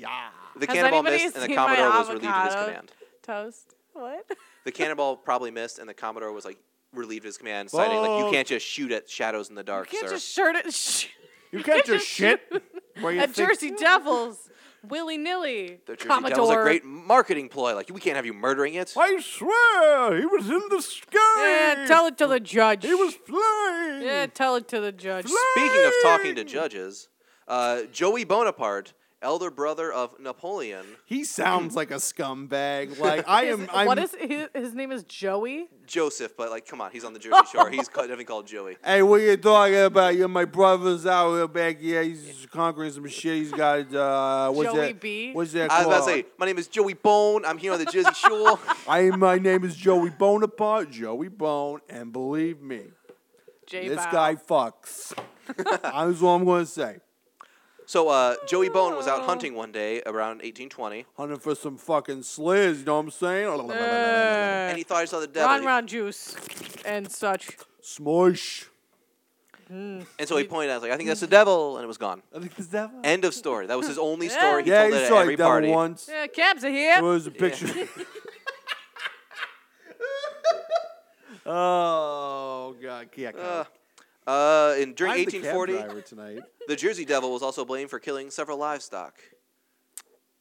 [SPEAKER 1] yeah.
[SPEAKER 3] Has
[SPEAKER 2] The cannonball
[SPEAKER 3] anybody
[SPEAKER 2] missed, and the
[SPEAKER 3] seen my
[SPEAKER 2] Commodore was relieved of his
[SPEAKER 3] avocado?
[SPEAKER 2] command.
[SPEAKER 3] Toast. What?
[SPEAKER 2] The cannonball probably missed, and the Commodore was like relieved of his command, citing like
[SPEAKER 1] Whoa.
[SPEAKER 2] you can't just shoot at shadows in the dark,
[SPEAKER 3] Can't
[SPEAKER 2] sir.
[SPEAKER 3] just shirt it. Sh-
[SPEAKER 1] You can't just shit. Where you
[SPEAKER 3] at
[SPEAKER 1] think-
[SPEAKER 3] Jersey Devils, willy nilly.
[SPEAKER 2] the Jersey
[SPEAKER 3] Commodore.
[SPEAKER 2] Devil's a great marketing ploy. Like we can't have you murdering it.
[SPEAKER 1] I swear, he was in the sky.
[SPEAKER 3] Yeah, tell it to the judge.
[SPEAKER 1] he was flying.
[SPEAKER 3] Yeah, tell it to the judge.
[SPEAKER 2] Speaking of talking to judges, uh, Joey Bonaparte, elder brother of Napoleon,
[SPEAKER 1] He sounds like a scumbag. Like I
[SPEAKER 3] His-
[SPEAKER 1] am. I'm,
[SPEAKER 3] what is his, his name? Is Joey?
[SPEAKER 2] Joseph, but like come on, he's on the Jersey Shore. He's ca- definitely called Joey.
[SPEAKER 1] Hey, what you talking about? You're my brother's out here back. Yeah, he's conquering some shit. He's got uh, what's
[SPEAKER 3] Joey
[SPEAKER 1] that?
[SPEAKER 3] B.
[SPEAKER 1] What's that
[SPEAKER 2] I was
[SPEAKER 1] called?
[SPEAKER 2] about to say, my name is Joey Bone. I'm here on the Jersey Shore.
[SPEAKER 1] I my name is Joey Bonaparte, Joey Bone, and believe me,
[SPEAKER 3] J.
[SPEAKER 1] this
[SPEAKER 3] Bow.
[SPEAKER 1] guy fucks. That's all I'm gonna say.
[SPEAKER 2] so uh, Joey Bone was out
[SPEAKER 3] Oh.
[SPEAKER 2] hunting one day around 1820,
[SPEAKER 1] Hunting for some fucking sliz, you know what I'm saying?
[SPEAKER 3] Uh.
[SPEAKER 2] and he thought he saw the devil.
[SPEAKER 3] Ron Ron juice and such.
[SPEAKER 1] Smush.
[SPEAKER 2] And so he pointed out, like, I think that's the devil, and it was gone.
[SPEAKER 1] I think it's that one.
[SPEAKER 2] End of story. That was his only story. He
[SPEAKER 1] yeah,
[SPEAKER 2] told
[SPEAKER 1] he
[SPEAKER 2] it
[SPEAKER 1] saw
[SPEAKER 2] at
[SPEAKER 1] a
[SPEAKER 2] every
[SPEAKER 1] devil
[SPEAKER 2] party.
[SPEAKER 1] once.
[SPEAKER 3] Yeah, cabs are
[SPEAKER 1] It
[SPEAKER 3] here.
[SPEAKER 1] was a picture. oh god, yeah.
[SPEAKER 2] Uh, uh, and during
[SPEAKER 1] I'm
[SPEAKER 2] 1840,
[SPEAKER 1] the cab driver tonight.
[SPEAKER 2] the Jersey Devil was also blamed for killing several livestock.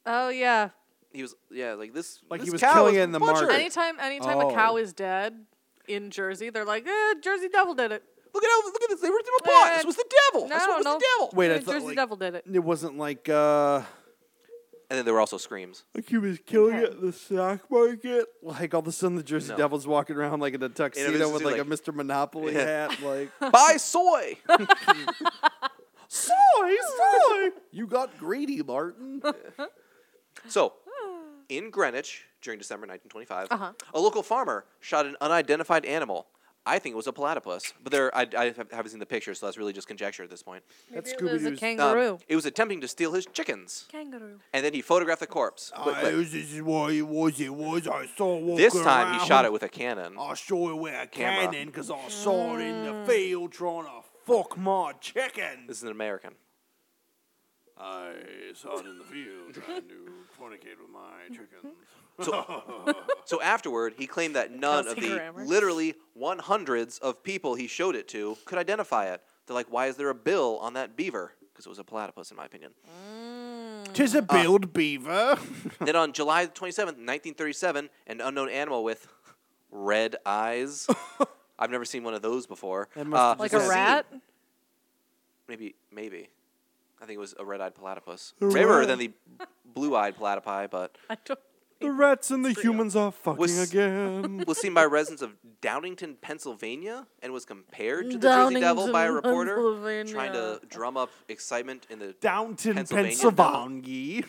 [SPEAKER 3] Oh yeah.
[SPEAKER 2] He was, yeah, like this.
[SPEAKER 1] Like he
[SPEAKER 2] this
[SPEAKER 1] was
[SPEAKER 2] cow
[SPEAKER 1] killing
[SPEAKER 2] was
[SPEAKER 1] it in the
[SPEAKER 2] butchered.
[SPEAKER 1] market.
[SPEAKER 3] Anytime, anytime
[SPEAKER 1] Oh.
[SPEAKER 3] a cow is dead in Jersey, they're like, eh, Jersey Devil did it.
[SPEAKER 2] Look at how, look at this. They were through a pot.
[SPEAKER 3] Uh,
[SPEAKER 2] this was the devil.
[SPEAKER 3] No,
[SPEAKER 2] this one was
[SPEAKER 3] no.
[SPEAKER 2] the devil.
[SPEAKER 1] Wait, I
[SPEAKER 3] Eh,
[SPEAKER 1] thought,
[SPEAKER 3] Jersey
[SPEAKER 1] like-
[SPEAKER 3] Devil did it.
[SPEAKER 1] It wasn't like uh,
[SPEAKER 2] And then there were also screams.
[SPEAKER 1] like he was killing
[SPEAKER 3] Okay.
[SPEAKER 1] it in the stock market. Like all of a sudden, the Jersey
[SPEAKER 2] No.
[SPEAKER 1] Devils walking around like in a tuxedo with
[SPEAKER 2] just
[SPEAKER 1] like, a
[SPEAKER 2] like-
[SPEAKER 1] Mr. Monopoly
[SPEAKER 2] Yeah.
[SPEAKER 1] hat. Like
[SPEAKER 2] Buy soy.
[SPEAKER 1] soy, soy. You got greedy, Martin.
[SPEAKER 2] So, in Greenwich during December 1925, a local farmer shot an unidentified animal. I think it was a platypus, but there I, I have- haven't seen the picture, so that's really just conjecture at this point.
[SPEAKER 1] That's
[SPEAKER 3] it was a
[SPEAKER 1] Scooby-Doo's-
[SPEAKER 2] Um,
[SPEAKER 3] kangaroo.
[SPEAKER 2] it was attempting to steal his chickens,
[SPEAKER 3] kangaroo.
[SPEAKER 2] and then he photographed the corpse. Quick,
[SPEAKER 1] I,
[SPEAKER 2] quick.
[SPEAKER 1] this is what it was. It was. I saw walking
[SPEAKER 2] This time he
[SPEAKER 1] around.
[SPEAKER 2] shot it with a cannon.
[SPEAKER 1] I saw it with a
[SPEAKER 2] Camera.
[SPEAKER 1] cannon because I saw it
[SPEAKER 3] Mm.
[SPEAKER 1] in the field trying to fuck my chicken.
[SPEAKER 2] This is an American.
[SPEAKER 1] I saw it in the field trying to fornicate with my chickens.
[SPEAKER 2] So afterward, he claimed that none of
[SPEAKER 3] Kelsey
[SPEAKER 2] the
[SPEAKER 3] Grammer.
[SPEAKER 2] literally 100s of people he showed it to could identify it. They're like, why is there a bill on that beaver? Because it was a platypus, in my opinion.
[SPEAKER 1] Tis a billed beaver.
[SPEAKER 2] then on July 27th, 1937, an unknown animal with red eyes. I've never seen one of those before.
[SPEAKER 1] That must have
[SPEAKER 2] uh,
[SPEAKER 1] Like
[SPEAKER 3] Like a
[SPEAKER 1] a
[SPEAKER 2] was seen.
[SPEAKER 3] rat?
[SPEAKER 2] Maybe, maybe. I think it was a red-eyed platypus. Rarer
[SPEAKER 1] red-
[SPEAKER 2] than the blue-eyed platypi, but
[SPEAKER 3] I don't.
[SPEAKER 1] the rats and the humans are fucking
[SPEAKER 2] Was-
[SPEAKER 1] again.
[SPEAKER 2] was seen by residents of Downington, Pennsylvania, and was compared to the Jersey Devil by a
[SPEAKER 3] Downington,
[SPEAKER 2] reporter trying to
[SPEAKER 3] Pennsylvania.
[SPEAKER 2] drum up excitement in the.
[SPEAKER 1] Downton,
[SPEAKER 2] Pennsylvania.
[SPEAKER 1] Pennsylvania.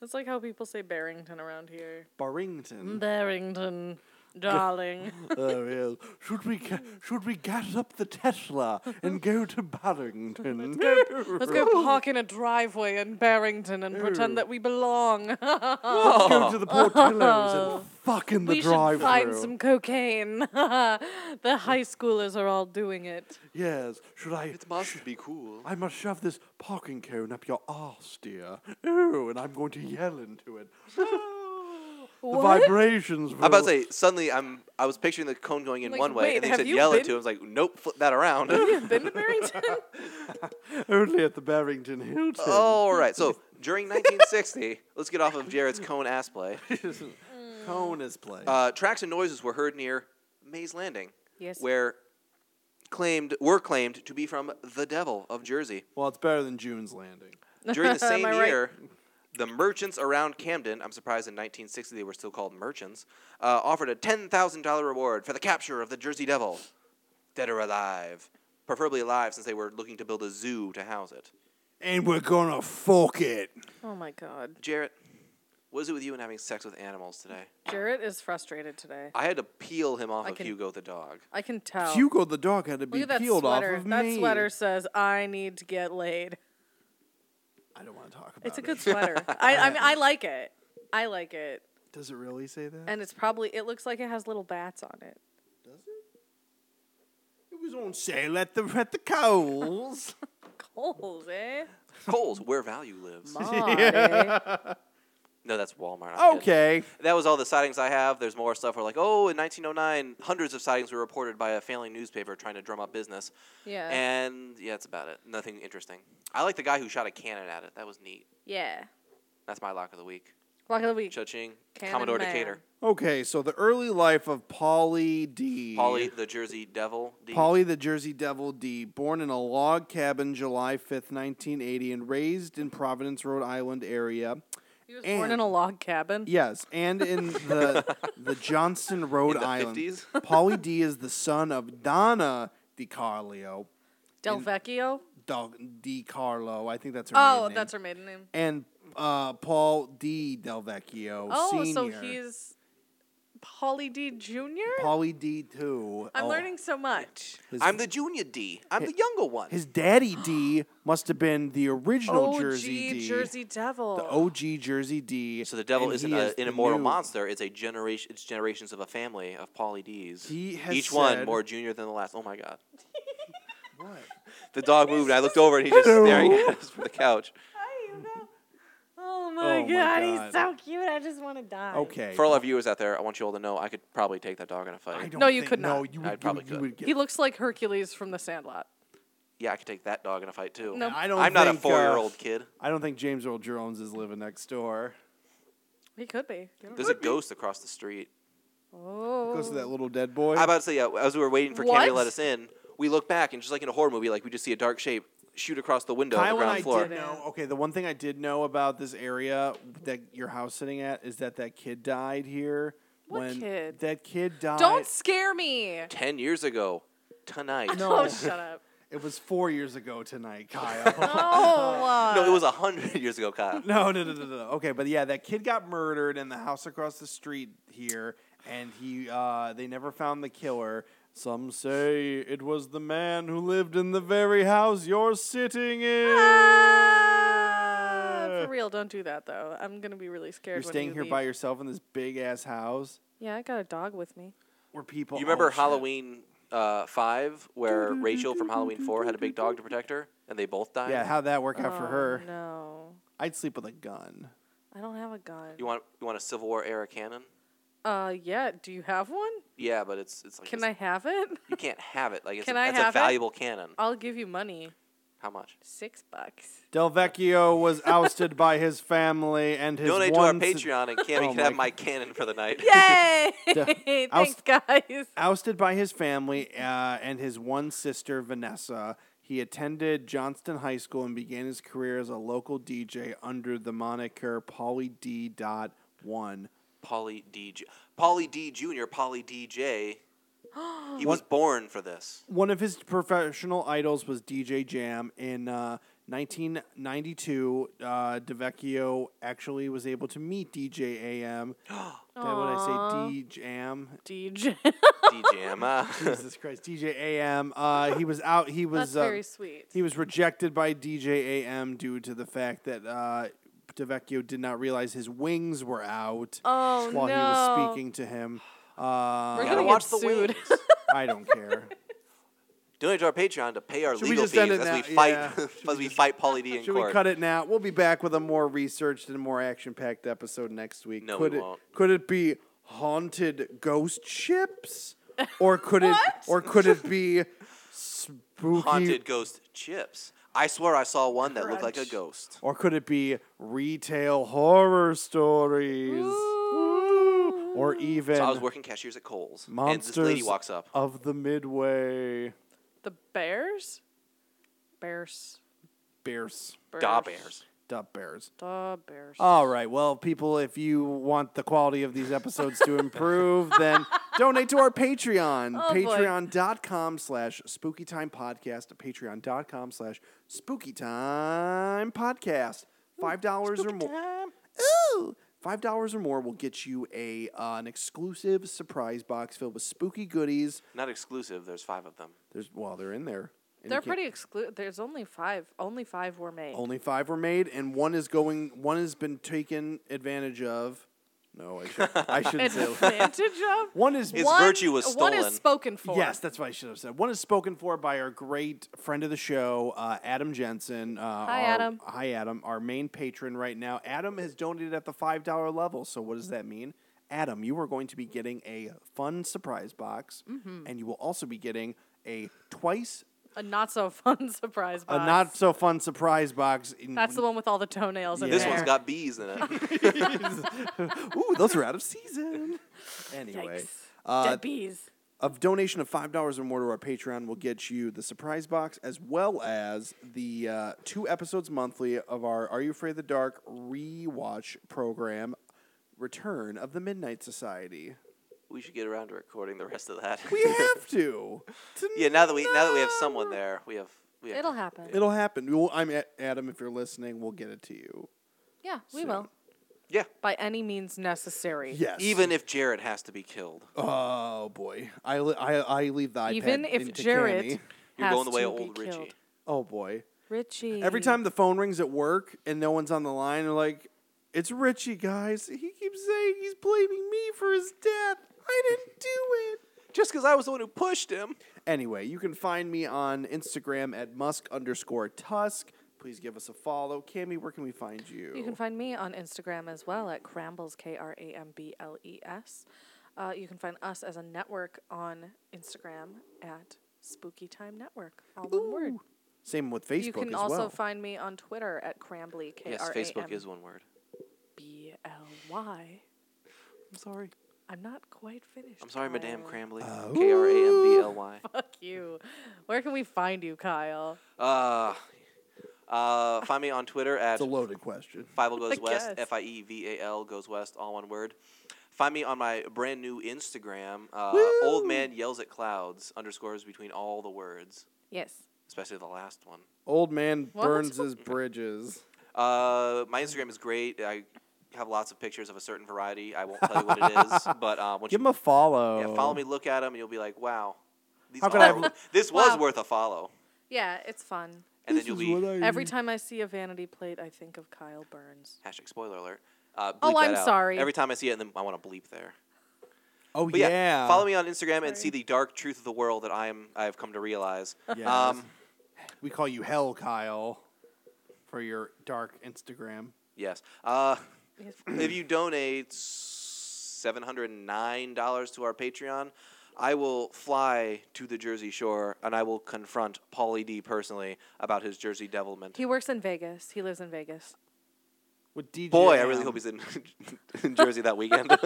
[SPEAKER 3] That's like how people say Barrington around here.
[SPEAKER 1] Barrington.
[SPEAKER 3] Barrington, darling.
[SPEAKER 1] oh, yes. Should we, ga- should we gas up the Tesla and go to Barrington?
[SPEAKER 3] Let's go park in a driveway in Barrington and pretend that we belong.
[SPEAKER 1] Let's go to the Portillo's and fuck in the
[SPEAKER 3] we should
[SPEAKER 1] drive
[SPEAKER 3] find some cocaine. the high schoolers are all doing it.
[SPEAKER 1] Yes. Should I?
[SPEAKER 2] must be cool.
[SPEAKER 1] I must shove this parking cone up your arse, dear. Ooh, and I'm going to yell into it. Ah, the
[SPEAKER 3] What?
[SPEAKER 1] vibrations. Will...
[SPEAKER 2] I'm about to say suddenly I'm I was picturing the cone going in
[SPEAKER 3] Like,
[SPEAKER 2] one way
[SPEAKER 3] wait,
[SPEAKER 2] and then you
[SPEAKER 3] have
[SPEAKER 2] said
[SPEAKER 3] you
[SPEAKER 2] yell
[SPEAKER 3] been-
[SPEAKER 2] it to him. I was like, nope, flip that around.
[SPEAKER 3] You've been to Barrington?
[SPEAKER 1] only at the Barrington Hilton.
[SPEAKER 3] Oh.
[SPEAKER 2] All right, so during 1960, let's get off of Jared's cone ass play.
[SPEAKER 3] Mm.
[SPEAKER 1] cone is played.
[SPEAKER 2] Uh, tracks and noises were heard near Mays Landing,
[SPEAKER 3] Yes.
[SPEAKER 2] where claimed were claimed to be from the devil of Jersey.
[SPEAKER 1] well, it's better than June's Landing.
[SPEAKER 2] During the
[SPEAKER 3] Am
[SPEAKER 2] same
[SPEAKER 3] I right?
[SPEAKER 2] year, the merchants around Camden, I'm surprised in 1960 they were still called merchants, uh, offered a $10,000 reward for the capture of the Jersey Devil, dead or alive. Preferably alive, since they were looking to build a zoo to house it.
[SPEAKER 1] And we're gonna fuck it.
[SPEAKER 3] Oh my God.
[SPEAKER 2] Jarrett, what is it with you and having sex with animals today?
[SPEAKER 3] Jarrett is frustrated today.
[SPEAKER 2] I had to peel him off
[SPEAKER 3] I
[SPEAKER 2] of
[SPEAKER 3] can-
[SPEAKER 2] Hugo the dog.
[SPEAKER 3] I can tell.
[SPEAKER 1] Hugo the dog had to
[SPEAKER 3] Oh. Look
[SPEAKER 1] be
[SPEAKER 3] at that
[SPEAKER 1] peeled off
[SPEAKER 3] sweater.
[SPEAKER 1] of
[SPEAKER 3] that
[SPEAKER 1] me.
[SPEAKER 3] sweater says, "I need to get laid."
[SPEAKER 1] I don't want to talk about
[SPEAKER 3] It's a
[SPEAKER 1] it.
[SPEAKER 3] good sweater. I, I mean, I like it. I like it,
[SPEAKER 1] Does it really say that?
[SPEAKER 3] and it's probably. It looks like it has little bats on it.
[SPEAKER 1] Does it? It was on sale at the at the Coles.
[SPEAKER 3] Coles, eh?
[SPEAKER 2] Coles, where value lives.
[SPEAKER 3] Aw, eh?
[SPEAKER 2] No, that's Walmart. I'm kidding.
[SPEAKER 1] okay.
[SPEAKER 2] That was all the sightings I have. There's more stuff. We're like, oh, in 1909, hundreds of sightings were reported by a failing newspaper trying to drum up business.
[SPEAKER 3] Yeah.
[SPEAKER 2] And yeah, that's about it. Nothing interesting. I like the guy who shot a cannon at it. That was neat.
[SPEAKER 3] yeah.
[SPEAKER 2] That's my lock of the week.
[SPEAKER 3] Lock of the week.
[SPEAKER 2] Cha-ching.
[SPEAKER 3] Cannon
[SPEAKER 2] Commodore
[SPEAKER 3] Man.
[SPEAKER 2] Decatur.
[SPEAKER 1] Okay, so the early life of Polly D.
[SPEAKER 2] Polly, the Jersey Devil. D.
[SPEAKER 1] Polly the Jersey Devil D, born in a log cabin July 5th, 1980, and raised in Providence, Rhode Island area.
[SPEAKER 3] He was born in
[SPEAKER 1] And-
[SPEAKER 3] a log cabin.
[SPEAKER 1] Yes, and in the the Johnston, Rhode
[SPEAKER 2] In the
[SPEAKER 1] Island.
[SPEAKER 2] 50s?
[SPEAKER 1] Polly D is the son of Donna DiCarlo.
[SPEAKER 3] Del Vecchio.
[SPEAKER 1] Dog DiCarlo, I think that's her maiden
[SPEAKER 3] Oh,
[SPEAKER 1] name.
[SPEAKER 3] that's her maiden name.
[SPEAKER 1] and uh, Paul D. Delvecchio
[SPEAKER 3] Oh,
[SPEAKER 1] Senior.
[SPEAKER 3] so he's Polly D Junior.
[SPEAKER 1] Polly D. Too.
[SPEAKER 3] I'm
[SPEAKER 1] Oh,
[SPEAKER 3] learning so much.
[SPEAKER 1] His,
[SPEAKER 2] I'm the junior D. I'm the younger one.
[SPEAKER 1] his daddy D. must have been the original
[SPEAKER 3] OG
[SPEAKER 1] Jersey D.
[SPEAKER 3] Jersey Devil.
[SPEAKER 1] The OG Jersey D.
[SPEAKER 2] so the devil
[SPEAKER 1] and
[SPEAKER 2] isn't
[SPEAKER 1] he
[SPEAKER 2] a,
[SPEAKER 1] is
[SPEAKER 2] an
[SPEAKER 1] the
[SPEAKER 2] immortal
[SPEAKER 1] new-
[SPEAKER 2] monster. It's a generation. It's generations of a family of Polly D's.
[SPEAKER 1] He has
[SPEAKER 2] Each one
[SPEAKER 1] said-
[SPEAKER 2] more junior than the last. Oh my God.
[SPEAKER 1] What?
[SPEAKER 2] The dog moved. and I looked over and he's just staring at us from the couch.
[SPEAKER 3] How do you know? Oh my,
[SPEAKER 1] Oh my God.
[SPEAKER 3] god, he's so cute. I just want to die.
[SPEAKER 1] Okay.
[SPEAKER 2] For all our viewers out there, I want you all to know I could probably take that dog in a
[SPEAKER 1] I
[SPEAKER 2] fight.
[SPEAKER 1] don't
[SPEAKER 3] No, you
[SPEAKER 1] think-
[SPEAKER 3] could
[SPEAKER 1] No,
[SPEAKER 3] not.
[SPEAKER 1] you
[SPEAKER 2] I
[SPEAKER 1] would,
[SPEAKER 2] probably
[SPEAKER 1] you,
[SPEAKER 2] could.
[SPEAKER 1] would get.
[SPEAKER 3] He looks like Hercules from the Sandlot.
[SPEAKER 2] Yeah, I could take that dog in a fight too.
[SPEAKER 3] No.
[SPEAKER 1] I don't.
[SPEAKER 2] I'm not a
[SPEAKER 1] think, uh,
[SPEAKER 2] four-year-old kid.
[SPEAKER 1] I don't think James Earl Jones is living next door.
[SPEAKER 3] He could be.
[SPEAKER 2] There's a ghost across the street.
[SPEAKER 3] Oh.
[SPEAKER 1] Goes to that little dead boy.
[SPEAKER 2] I'm about to say, yeah, as we were waiting for Candy to
[SPEAKER 3] What?
[SPEAKER 2] let us in, we look back and just like in a horror movie, like we just see a dark shape shoot across the window on
[SPEAKER 1] Kyle
[SPEAKER 2] the
[SPEAKER 1] and
[SPEAKER 2] ground
[SPEAKER 1] I
[SPEAKER 2] floor.
[SPEAKER 1] did know. Okay, the one thing I did know about this area that your house sitting at is that that kid died here.
[SPEAKER 3] What
[SPEAKER 1] when
[SPEAKER 3] kid?
[SPEAKER 1] That kid died.
[SPEAKER 3] Oh. Don't scare me.
[SPEAKER 2] Ten years ago, tonight.
[SPEAKER 3] Oh, shut up.
[SPEAKER 1] It was four years ago tonight, Kyle.
[SPEAKER 3] Oh. uh,
[SPEAKER 2] No, it was a hundred years ago, Kyle.
[SPEAKER 1] no, no, no, no, no. Okay, but yeah, that kid got murdered in the house across the street here, and he uh, they never found the killer. Some say it was the man who lived in the very house you're sitting in.
[SPEAKER 3] Ah, uh, for real, don't do that though. I'm gonna be really scared.
[SPEAKER 1] You're
[SPEAKER 3] when
[SPEAKER 1] staying
[SPEAKER 3] you
[SPEAKER 1] here
[SPEAKER 3] leave.
[SPEAKER 1] by yourself in this big ass house
[SPEAKER 3] Yeah, I got a dog with me.
[SPEAKER 1] where people.
[SPEAKER 2] You remember
[SPEAKER 1] oh, shit.
[SPEAKER 2] Halloween uh, five, where Rachel from Halloween four had a big dog to protect her, and they both died.
[SPEAKER 1] Yeah, how'd that work out for
[SPEAKER 3] Oh,
[SPEAKER 1] her?
[SPEAKER 3] No.
[SPEAKER 1] I'd sleep with a gun.
[SPEAKER 3] I don't have a gun.
[SPEAKER 2] You want you want a Civil War era cannon?
[SPEAKER 3] Uh, yeah. Do you have one?
[SPEAKER 2] Yeah, but it's it's like
[SPEAKER 3] Can
[SPEAKER 2] it's-
[SPEAKER 3] I have it?
[SPEAKER 2] you can't have it. Like it's
[SPEAKER 3] Can
[SPEAKER 2] a,
[SPEAKER 3] I
[SPEAKER 2] that's
[SPEAKER 3] have
[SPEAKER 2] a
[SPEAKER 3] it?
[SPEAKER 2] valuable cannon.
[SPEAKER 3] I'll give you money.
[SPEAKER 2] How much?
[SPEAKER 3] Six bucks.
[SPEAKER 1] Del Vecchio was ousted by his family and his
[SPEAKER 2] Donate to our
[SPEAKER 1] one si-
[SPEAKER 2] Patreon and
[SPEAKER 1] Oh
[SPEAKER 2] Cammy can
[SPEAKER 1] my
[SPEAKER 2] have my cannon for the night.
[SPEAKER 3] Yay!
[SPEAKER 1] I'll
[SPEAKER 3] Thanks, guys.
[SPEAKER 1] ousted by his family uh, and his one sister Vanessa. He attended Johnston High School and began his career as a local DJ under the moniker Polly D. Dot One.
[SPEAKER 2] Polly D. Ju- Polly D. Junior. Polly DJ. He was born for this.
[SPEAKER 1] One of his professional idols was DJ Jam. In uh, 1992, uh, DeVecchio actually was able to meet DJ AM. Did I say? D Jam.
[SPEAKER 3] DJ.
[SPEAKER 2] DJ. uh,
[SPEAKER 1] Jesus Christ, DJ AM. Uh, he was out. He was
[SPEAKER 3] That's very
[SPEAKER 1] uh,
[SPEAKER 3] sweet.
[SPEAKER 1] He was rejected by DJ AM due to the fact that uh, DeVecchio did not realize his wings were out
[SPEAKER 3] Oh,
[SPEAKER 1] while he was
[SPEAKER 3] no.
[SPEAKER 1] speaking to him.
[SPEAKER 3] We're
[SPEAKER 1] Uh,
[SPEAKER 2] gotta
[SPEAKER 3] gonna
[SPEAKER 2] watch
[SPEAKER 3] get
[SPEAKER 2] the
[SPEAKER 3] sued.
[SPEAKER 2] wings.
[SPEAKER 1] I don't care.
[SPEAKER 2] Donate to our Patreon to pay our
[SPEAKER 1] Should we
[SPEAKER 2] legal
[SPEAKER 1] just
[SPEAKER 2] fees
[SPEAKER 1] end it
[SPEAKER 2] as we
[SPEAKER 1] now?
[SPEAKER 2] fight
[SPEAKER 1] Yeah. Should
[SPEAKER 2] as we fight Polly D in
[SPEAKER 1] Should
[SPEAKER 2] court.
[SPEAKER 1] we cut it now? We'll be back with a more researched and more action-packed episode next week.
[SPEAKER 2] No,
[SPEAKER 1] could
[SPEAKER 2] we
[SPEAKER 1] it
[SPEAKER 2] won't.
[SPEAKER 1] could it be haunted ghost ships, or could it or could it be spooky
[SPEAKER 2] Haunted ghost chips. I swear I saw one that looked like a
[SPEAKER 3] Crunch.
[SPEAKER 2] ghost.
[SPEAKER 1] Or could it be retail horror stories? Ooh. Or even
[SPEAKER 2] So I was working cashiers at Kohl's, and
[SPEAKER 1] monsters
[SPEAKER 2] this lady walks up.
[SPEAKER 1] of the Midway.
[SPEAKER 3] the Bears? Bears.
[SPEAKER 1] Bears.
[SPEAKER 3] Bears.
[SPEAKER 2] Da bears.
[SPEAKER 1] Duh, bears.
[SPEAKER 3] Da Bears.
[SPEAKER 1] All right. Well, people, if you want the quality of these episodes to improve, then donate to our Patreon.
[SPEAKER 3] Oh, boy.
[SPEAKER 1] Patreon.com slash spooky time podcast. Patreon.com slash spooky time podcast. Five dollars or more. Ooh. Five dollars or more will get you a uh, an exclusive surprise box filled with spooky goodies.
[SPEAKER 2] Not exclusive. There's five of them.
[SPEAKER 1] There's well, they're in there. and you
[SPEAKER 3] They're
[SPEAKER 1] can't-
[SPEAKER 3] pretty exclusive. There's only five. Only five were made.
[SPEAKER 1] Only five were made, and one is going. One has been taken advantage of. No, I, should, I shouldn't say.
[SPEAKER 3] Advantage of?
[SPEAKER 1] One is
[SPEAKER 2] His
[SPEAKER 3] one,
[SPEAKER 2] virtue was
[SPEAKER 3] One
[SPEAKER 2] stolen.
[SPEAKER 3] is spoken for.
[SPEAKER 1] Yes, that's what I should have said. One is spoken for by our great friend of the show, uh, Adam Jensen. Uh,
[SPEAKER 3] Hi,
[SPEAKER 1] our-
[SPEAKER 3] Adam.
[SPEAKER 1] Hi, Adam. Our main patron right now. Adam has donated at the five dollar level. So what does that mean? Adam, you are going to be getting a fun surprise box,
[SPEAKER 3] Mm-hmm.
[SPEAKER 1] and you will also be getting a twice
[SPEAKER 3] A not so fun surprise box.
[SPEAKER 1] a not so fun surprise box. In,
[SPEAKER 3] That's the one with all the toenails in
[SPEAKER 2] This
[SPEAKER 3] there.
[SPEAKER 2] one's got bees in it.
[SPEAKER 1] Ooh, those are out of season. anyway.
[SPEAKER 3] Yikes.
[SPEAKER 1] Uh,
[SPEAKER 3] Dead bees.
[SPEAKER 1] A donation of five dollars or more to our Patreon will get you the surprise box as well as the uh, two episodes monthly of our "Are You Afraid of the Dark" rewatch program, "Return of the Midnight Society."
[SPEAKER 2] we should get around to recording the rest of that.
[SPEAKER 1] We have to.
[SPEAKER 2] yeah, now that we now that we have someone there, we have. We have
[SPEAKER 3] It'll happen.
[SPEAKER 1] It'll happen. We'll, I'm A- Adam. If you're listening, we'll get it to you.
[SPEAKER 3] Yeah, we will.
[SPEAKER 2] Yeah.
[SPEAKER 3] By any means necessary.
[SPEAKER 1] Yes.
[SPEAKER 2] Even if Jared has to be killed,
[SPEAKER 1] Oh boy, I li- I, I leave the iPad
[SPEAKER 3] Even if
[SPEAKER 1] into
[SPEAKER 3] Jared
[SPEAKER 1] Cammy.
[SPEAKER 2] you're
[SPEAKER 3] has
[SPEAKER 2] going the way
[SPEAKER 3] to
[SPEAKER 2] of
[SPEAKER 3] be
[SPEAKER 2] old Richie.
[SPEAKER 3] killed.
[SPEAKER 1] Oh boy.
[SPEAKER 3] Richie.
[SPEAKER 1] Every time the phone rings at work and no one's on the line, they're like, "It's Richie, guys. He keeps saying he's blaming me for his death. I didn't do it."
[SPEAKER 2] Just because I was the one who pushed him.
[SPEAKER 1] Anyway, you can find me on Instagram at musk underscore tusk. Please give us a follow. Cammy, where can we find you?
[SPEAKER 3] You can find me on Instagram as well at Crambles, K R A M B L E S. Uh, you can find us as a network on Instagram at Spooky Time Network. All one word.
[SPEAKER 1] Same with Facebook
[SPEAKER 3] you can
[SPEAKER 1] as
[SPEAKER 3] also
[SPEAKER 1] well.
[SPEAKER 3] find me on Twitter at Crambly, K
[SPEAKER 2] Yes,
[SPEAKER 3] R A
[SPEAKER 2] Facebook is
[SPEAKER 3] M
[SPEAKER 2] one word.
[SPEAKER 3] B L Y.
[SPEAKER 2] I'm sorry.
[SPEAKER 3] I'm not quite finished.
[SPEAKER 2] I'm sorry, Madame
[SPEAKER 3] Kyle.
[SPEAKER 2] Crambly.
[SPEAKER 1] Uh,
[SPEAKER 2] K R A M B L Y.
[SPEAKER 3] Fuck you. Where can we find you, Kyle?
[SPEAKER 2] Uh, uh, find me on Twitter at
[SPEAKER 1] it's a loaded question.
[SPEAKER 2] Fivel goes west.
[SPEAKER 3] guess.
[SPEAKER 2] F I E V A L goes west. All one word. Find me on my brand new Instagram. Uh, old man yells at clouds. Underscores between all the words,
[SPEAKER 3] Yes.
[SPEAKER 2] especially the last one.
[SPEAKER 1] Old man
[SPEAKER 3] What?
[SPEAKER 1] burns his bridges.
[SPEAKER 2] Uh, my Instagram is great. I have lots of pictures of a certain variety. I won't tell you what it is, but um, once
[SPEAKER 1] Give
[SPEAKER 2] you
[SPEAKER 1] him a follow.
[SPEAKER 2] yeah, follow me, look at them, and you'll be like, wow, these
[SPEAKER 1] How could
[SPEAKER 2] are-
[SPEAKER 1] I have-
[SPEAKER 2] this was
[SPEAKER 3] Wow.
[SPEAKER 2] worth a follow.
[SPEAKER 3] Yeah, it's fun.
[SPEAKER 2] And then you'll be
[SPEAKER 3] Every time I see a vanity plate, I think of Kyle Burns.
[SPEAKER 2] hashtag spoiler alert. Uh, bleep
[SPEAKER 3] Oh,
[SPEAKER 2] that
[SPEAKER 3] I'm
[SPEAKER 2] out.
[SPEAKER 3] sorry.
[SPEAKER 2] Every time I see it, then I want to bleep there.
[SPEAKER 1] Oh
[SPEAKER 2] But yeah, follow me on Instagram and see the dark truth of the world that I am I have come to realize.
[SPEAKER 1] Yes.
[SPEAKER 2] Um,
[SPEAKER 1] we call you Hell, Kyle. for your dark Instagram.
[SPEAKER 2] Yes. Uh,
[SPEAKER 3] Yes.
[SPEAKER 2] if you donate seven hundred nine dollars to our Patreon, I will fly to the Jersey Shore and I will confront Paulie D personally about his Jersey devilment.
[SPEAKER 3] He works in Vegas. He lives in Vegas.
[SPEAKER 1] With DJ,
[SPEAKER 2] Boy, I really hope he's in, in Jersey that weekend.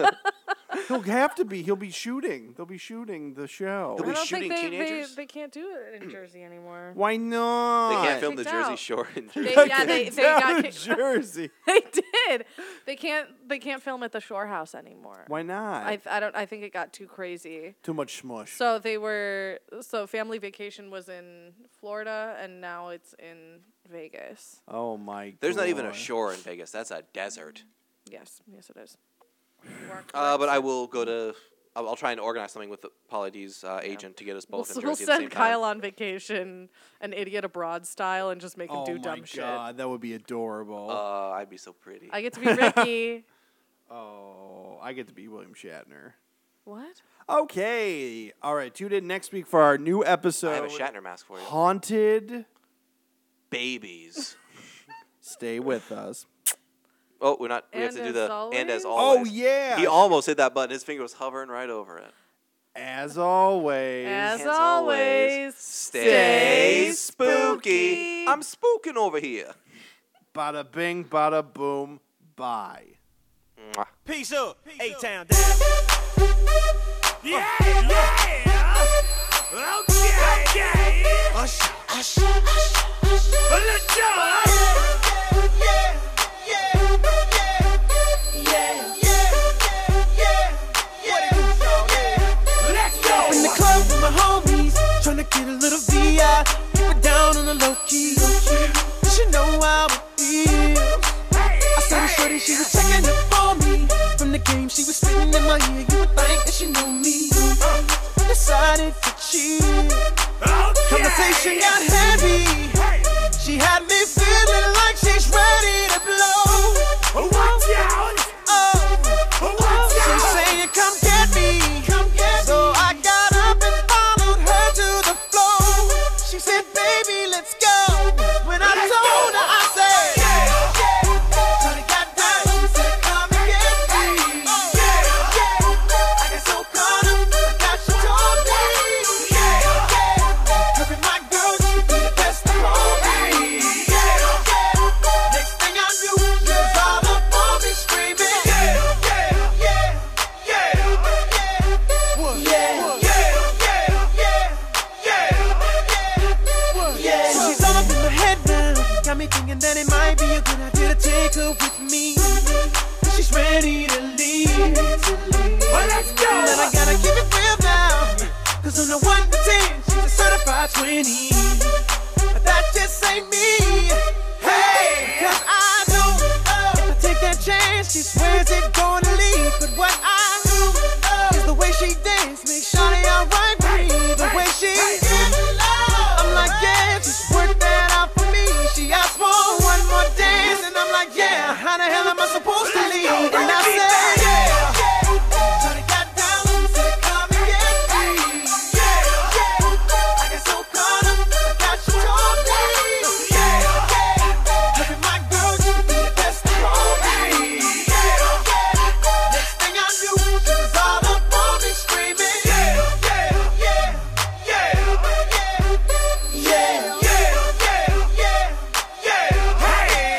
[SPEAKER 1] He'll have to be. He'll be shooting. They'll be shooting the show.
[SPEAKER 2] They'll
[SPEAKER 3] I
[SPEAKER 2] be
[SPEAKER 3] don't think
[SPEAKER 2] shooting
[SPEAKER 3] they, they,
[SPEAKER 2] teenagers?
[SPEAKER 3] they can't do it in Jersey anymore.
[SPEAKER 1] Why not?
[SPEAKER 2] they can't film the
[SPEAKER 3] Kicked
[SPEAKER 2] Jersey
[SPEAKER 3] out.
[SPEAKER 2] Shore in
[SPEAKER 3] They,
[SPEAKER 2] Jersey.
[SPEAKER 3] yeah, they, they
[SPEAKER 1] down
[SPEAKER 3] got
[SPEAKER 1] to
[SPEAKER 3] kicked-
[SPEAKER 1] Jersey.
[SPEAKER 3] They did. They can't. They can't film at the Shore House anymore.
[SPEAKER 1] Why not?
[SPEAKER 3] I, I don't. I think it got too crazy.
[SPEAKER 1] Too much smush.
[SPEAKER 3] So they were. So family vacation was in Florida, and now it's in Vegas.
[SPEAKER 1] oh my.
[SPEAKER 2] There's not even a
[SPEAKER 1] God.
[SPEAKER 2] shore in Vegas. That's a desert.
[SPEAKER 3] Yes, yes, it is.
[SPEAKER 2] Uh, but I will go to. I'll, I'll try and organize something with the Pauly D's uh, agent to get us
[SPEAKER 3] We'll,
[SPEAKER 2] both
[SPEAKER 3] s-
[SPEAKER 2] in
[SPEAKER 3] we'll
[SPEAKER 2] Jersey at the same
[SPEAKER 3] send Kyle
[SPEAKER 2] time.
[SPEAKER 3] on vacation, an idiot abroad style, and just make him
[SPEAKER 1] Oh
[SPEAKER 3] do
[SPEAKER 1] my
[SPEAKER 3] dumb
[SPEAKER 1] God, that would be adorable.
[SPEAKER 2] Uh, I'd be so pretty.
[SPEAKER 3] shit. I get to be Ricky.
[SPEAKER 1] oh, I get to be William Shatner.
[SPEAKER 3] what?
[SPEAKER 1] Okay. All right. Tune in next week for our new episode.
[SPEAKER 2] I have a Shatner mask for you.
[SPEAKER 1] Haunted.
[SPEAKER 2] Babies.
[SPEAKER 1] Stay with us.
[SPEAKER 2] Oh, we're not. We have
[SPEAKER 3] And
[SPEAKER 2] to do
[SPEAKER 3] as
[SPEAKER 2] the and as
[SPEAKER 3] always?
[SPEAKER 1] Oh
[SPEAKER 2] always.
[SPEAKER 1] yeah.
[SPEAKER 2] He almost hit that button. His finger was hovering right over it.
[SPEAKER 1] As always.
[SPEAKER 3] As,
[SPEAKER 2] As
[SPEAKER 3] always,
[SPEAKER 2] always,
[SPEAKER 1] stay
[SPEAKER 3] spooky.
[SPEAKER 2] I'm spooking over here.
[SPEAKER 1] bada bing, bada boom. Bye.
[SPEAKER 2] Mwah.
[SPEAKER 4] Peace up. Eight town down. Yeah, yeah. Okay, okay. Hush, hush, hush, hush. A little Let's go.
[SPEAKER 5] In the club with my homies, tryna get a little VI. Keep it down on the low key. You should know how it feels. I saw the shorty, she was checking up for me. From the game, she was spitting in my ear. You would think that she knew me. Decided to cheat.
[SPEAKER 4] Okay.
[SPEAKER 5] Conversation got heavy. She had me feeling like she's ready to blow.
[SPEAKER 4] Watch out.
[SPEAKER 5] Oh.
[SPEAKER 4] Watch
[SPEAKER 5] She
[SPEAKER 4] out.
[SPEAKER 5] say, come get me. Come get so I got up and followed her to the floor. She said, baby, let's go. When I
[SPEAKER 4] Let's
[SPEAKER 5] told
[SPEAKER 4] go. Oh,
[SPEAKER 5] her, I said,
[SPEAKER 4] Yeah.
[SPEAKER 5] So they got down, she said, come and get me. Oh, I got so caught up, I got you told me. Her and my girl, she be the best of all me. Next thing I knew, you was all up on me screaming. She's all up in my head now. Got me thinking that it might be a good idea to take her with me. She's ready to leave.
[SPEAKER 4] Well, let's go.
[SPEAKER 5] But I gotta keep it real now. Cause on the 1 to 10, she's a certified 20. But that just ain't me. Hey, cause I know uh, if I take that chance, she swears it gonna leave. But what I do is the way she dance makes Shawty alright with me. The way she I'm like, yeah, just work that out for me. She asked for one more dance, and I'm like, yeah, how the hell am I supposed to leave? And I said, yeah. Shawty got down and said, come and get me. I got so caught up, I got you told me. Her and my girl, she be the best of all me. Next thing I knew, she was all up on me screaming. Yeah.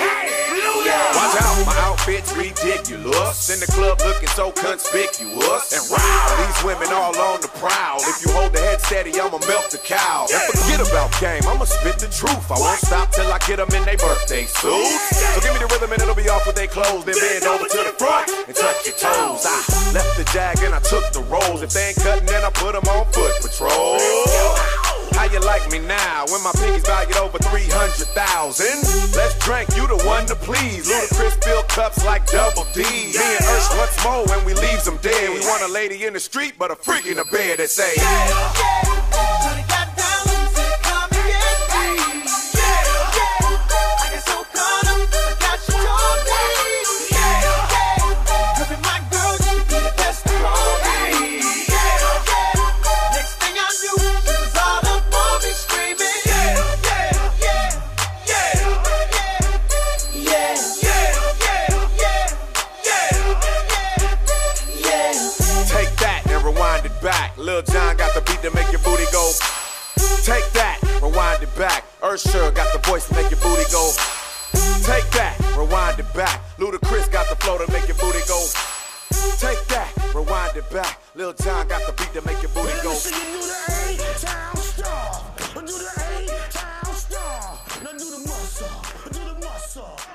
[SPEAKER 6] Watch out, my outfit's ridiculous. In the club looking so conspicuous. And wow, these women all on the prowl. If you hold the head steady, I'ma melt the cow. And forget about game, I'ma spit the truth. I won't stop till I get them in their birthday suits. So give me the rhythm and it'll be off with their clothes. Then bend over to the front and touch your toes. I left the jag and I took the rolls. If they ain't cutting, then I put them on foot patrol. How you like me now when my pinky's valued over 300,000? Let's drink, you the one to please. Ludacris fill cups like double D. Me and Ursh once more when we leaves them dead. We want a lady in the street, but a freak in the bed that say,
[SPEAKER 5] Shawty got down and said, "Come and get me." I got so caught up, I got you told me. Her and my girl, she be the best of all me. Next thing I knew, she was all up on me screaming.
[SPEAKER 6] Take that, rewind it back. Ursher got the voice to make your booty go. Take that, rewind it back. Ludacris got the flow to make your booty go. Take that, rewind it back. Lil John got the beat to make your booty
[SPEAKER 5] Let me
[SPEAKER 6] go.
[SPEAKER 5] see you do the A-Town star. Do the A-Town star. Now do the muscle. Do the muscle.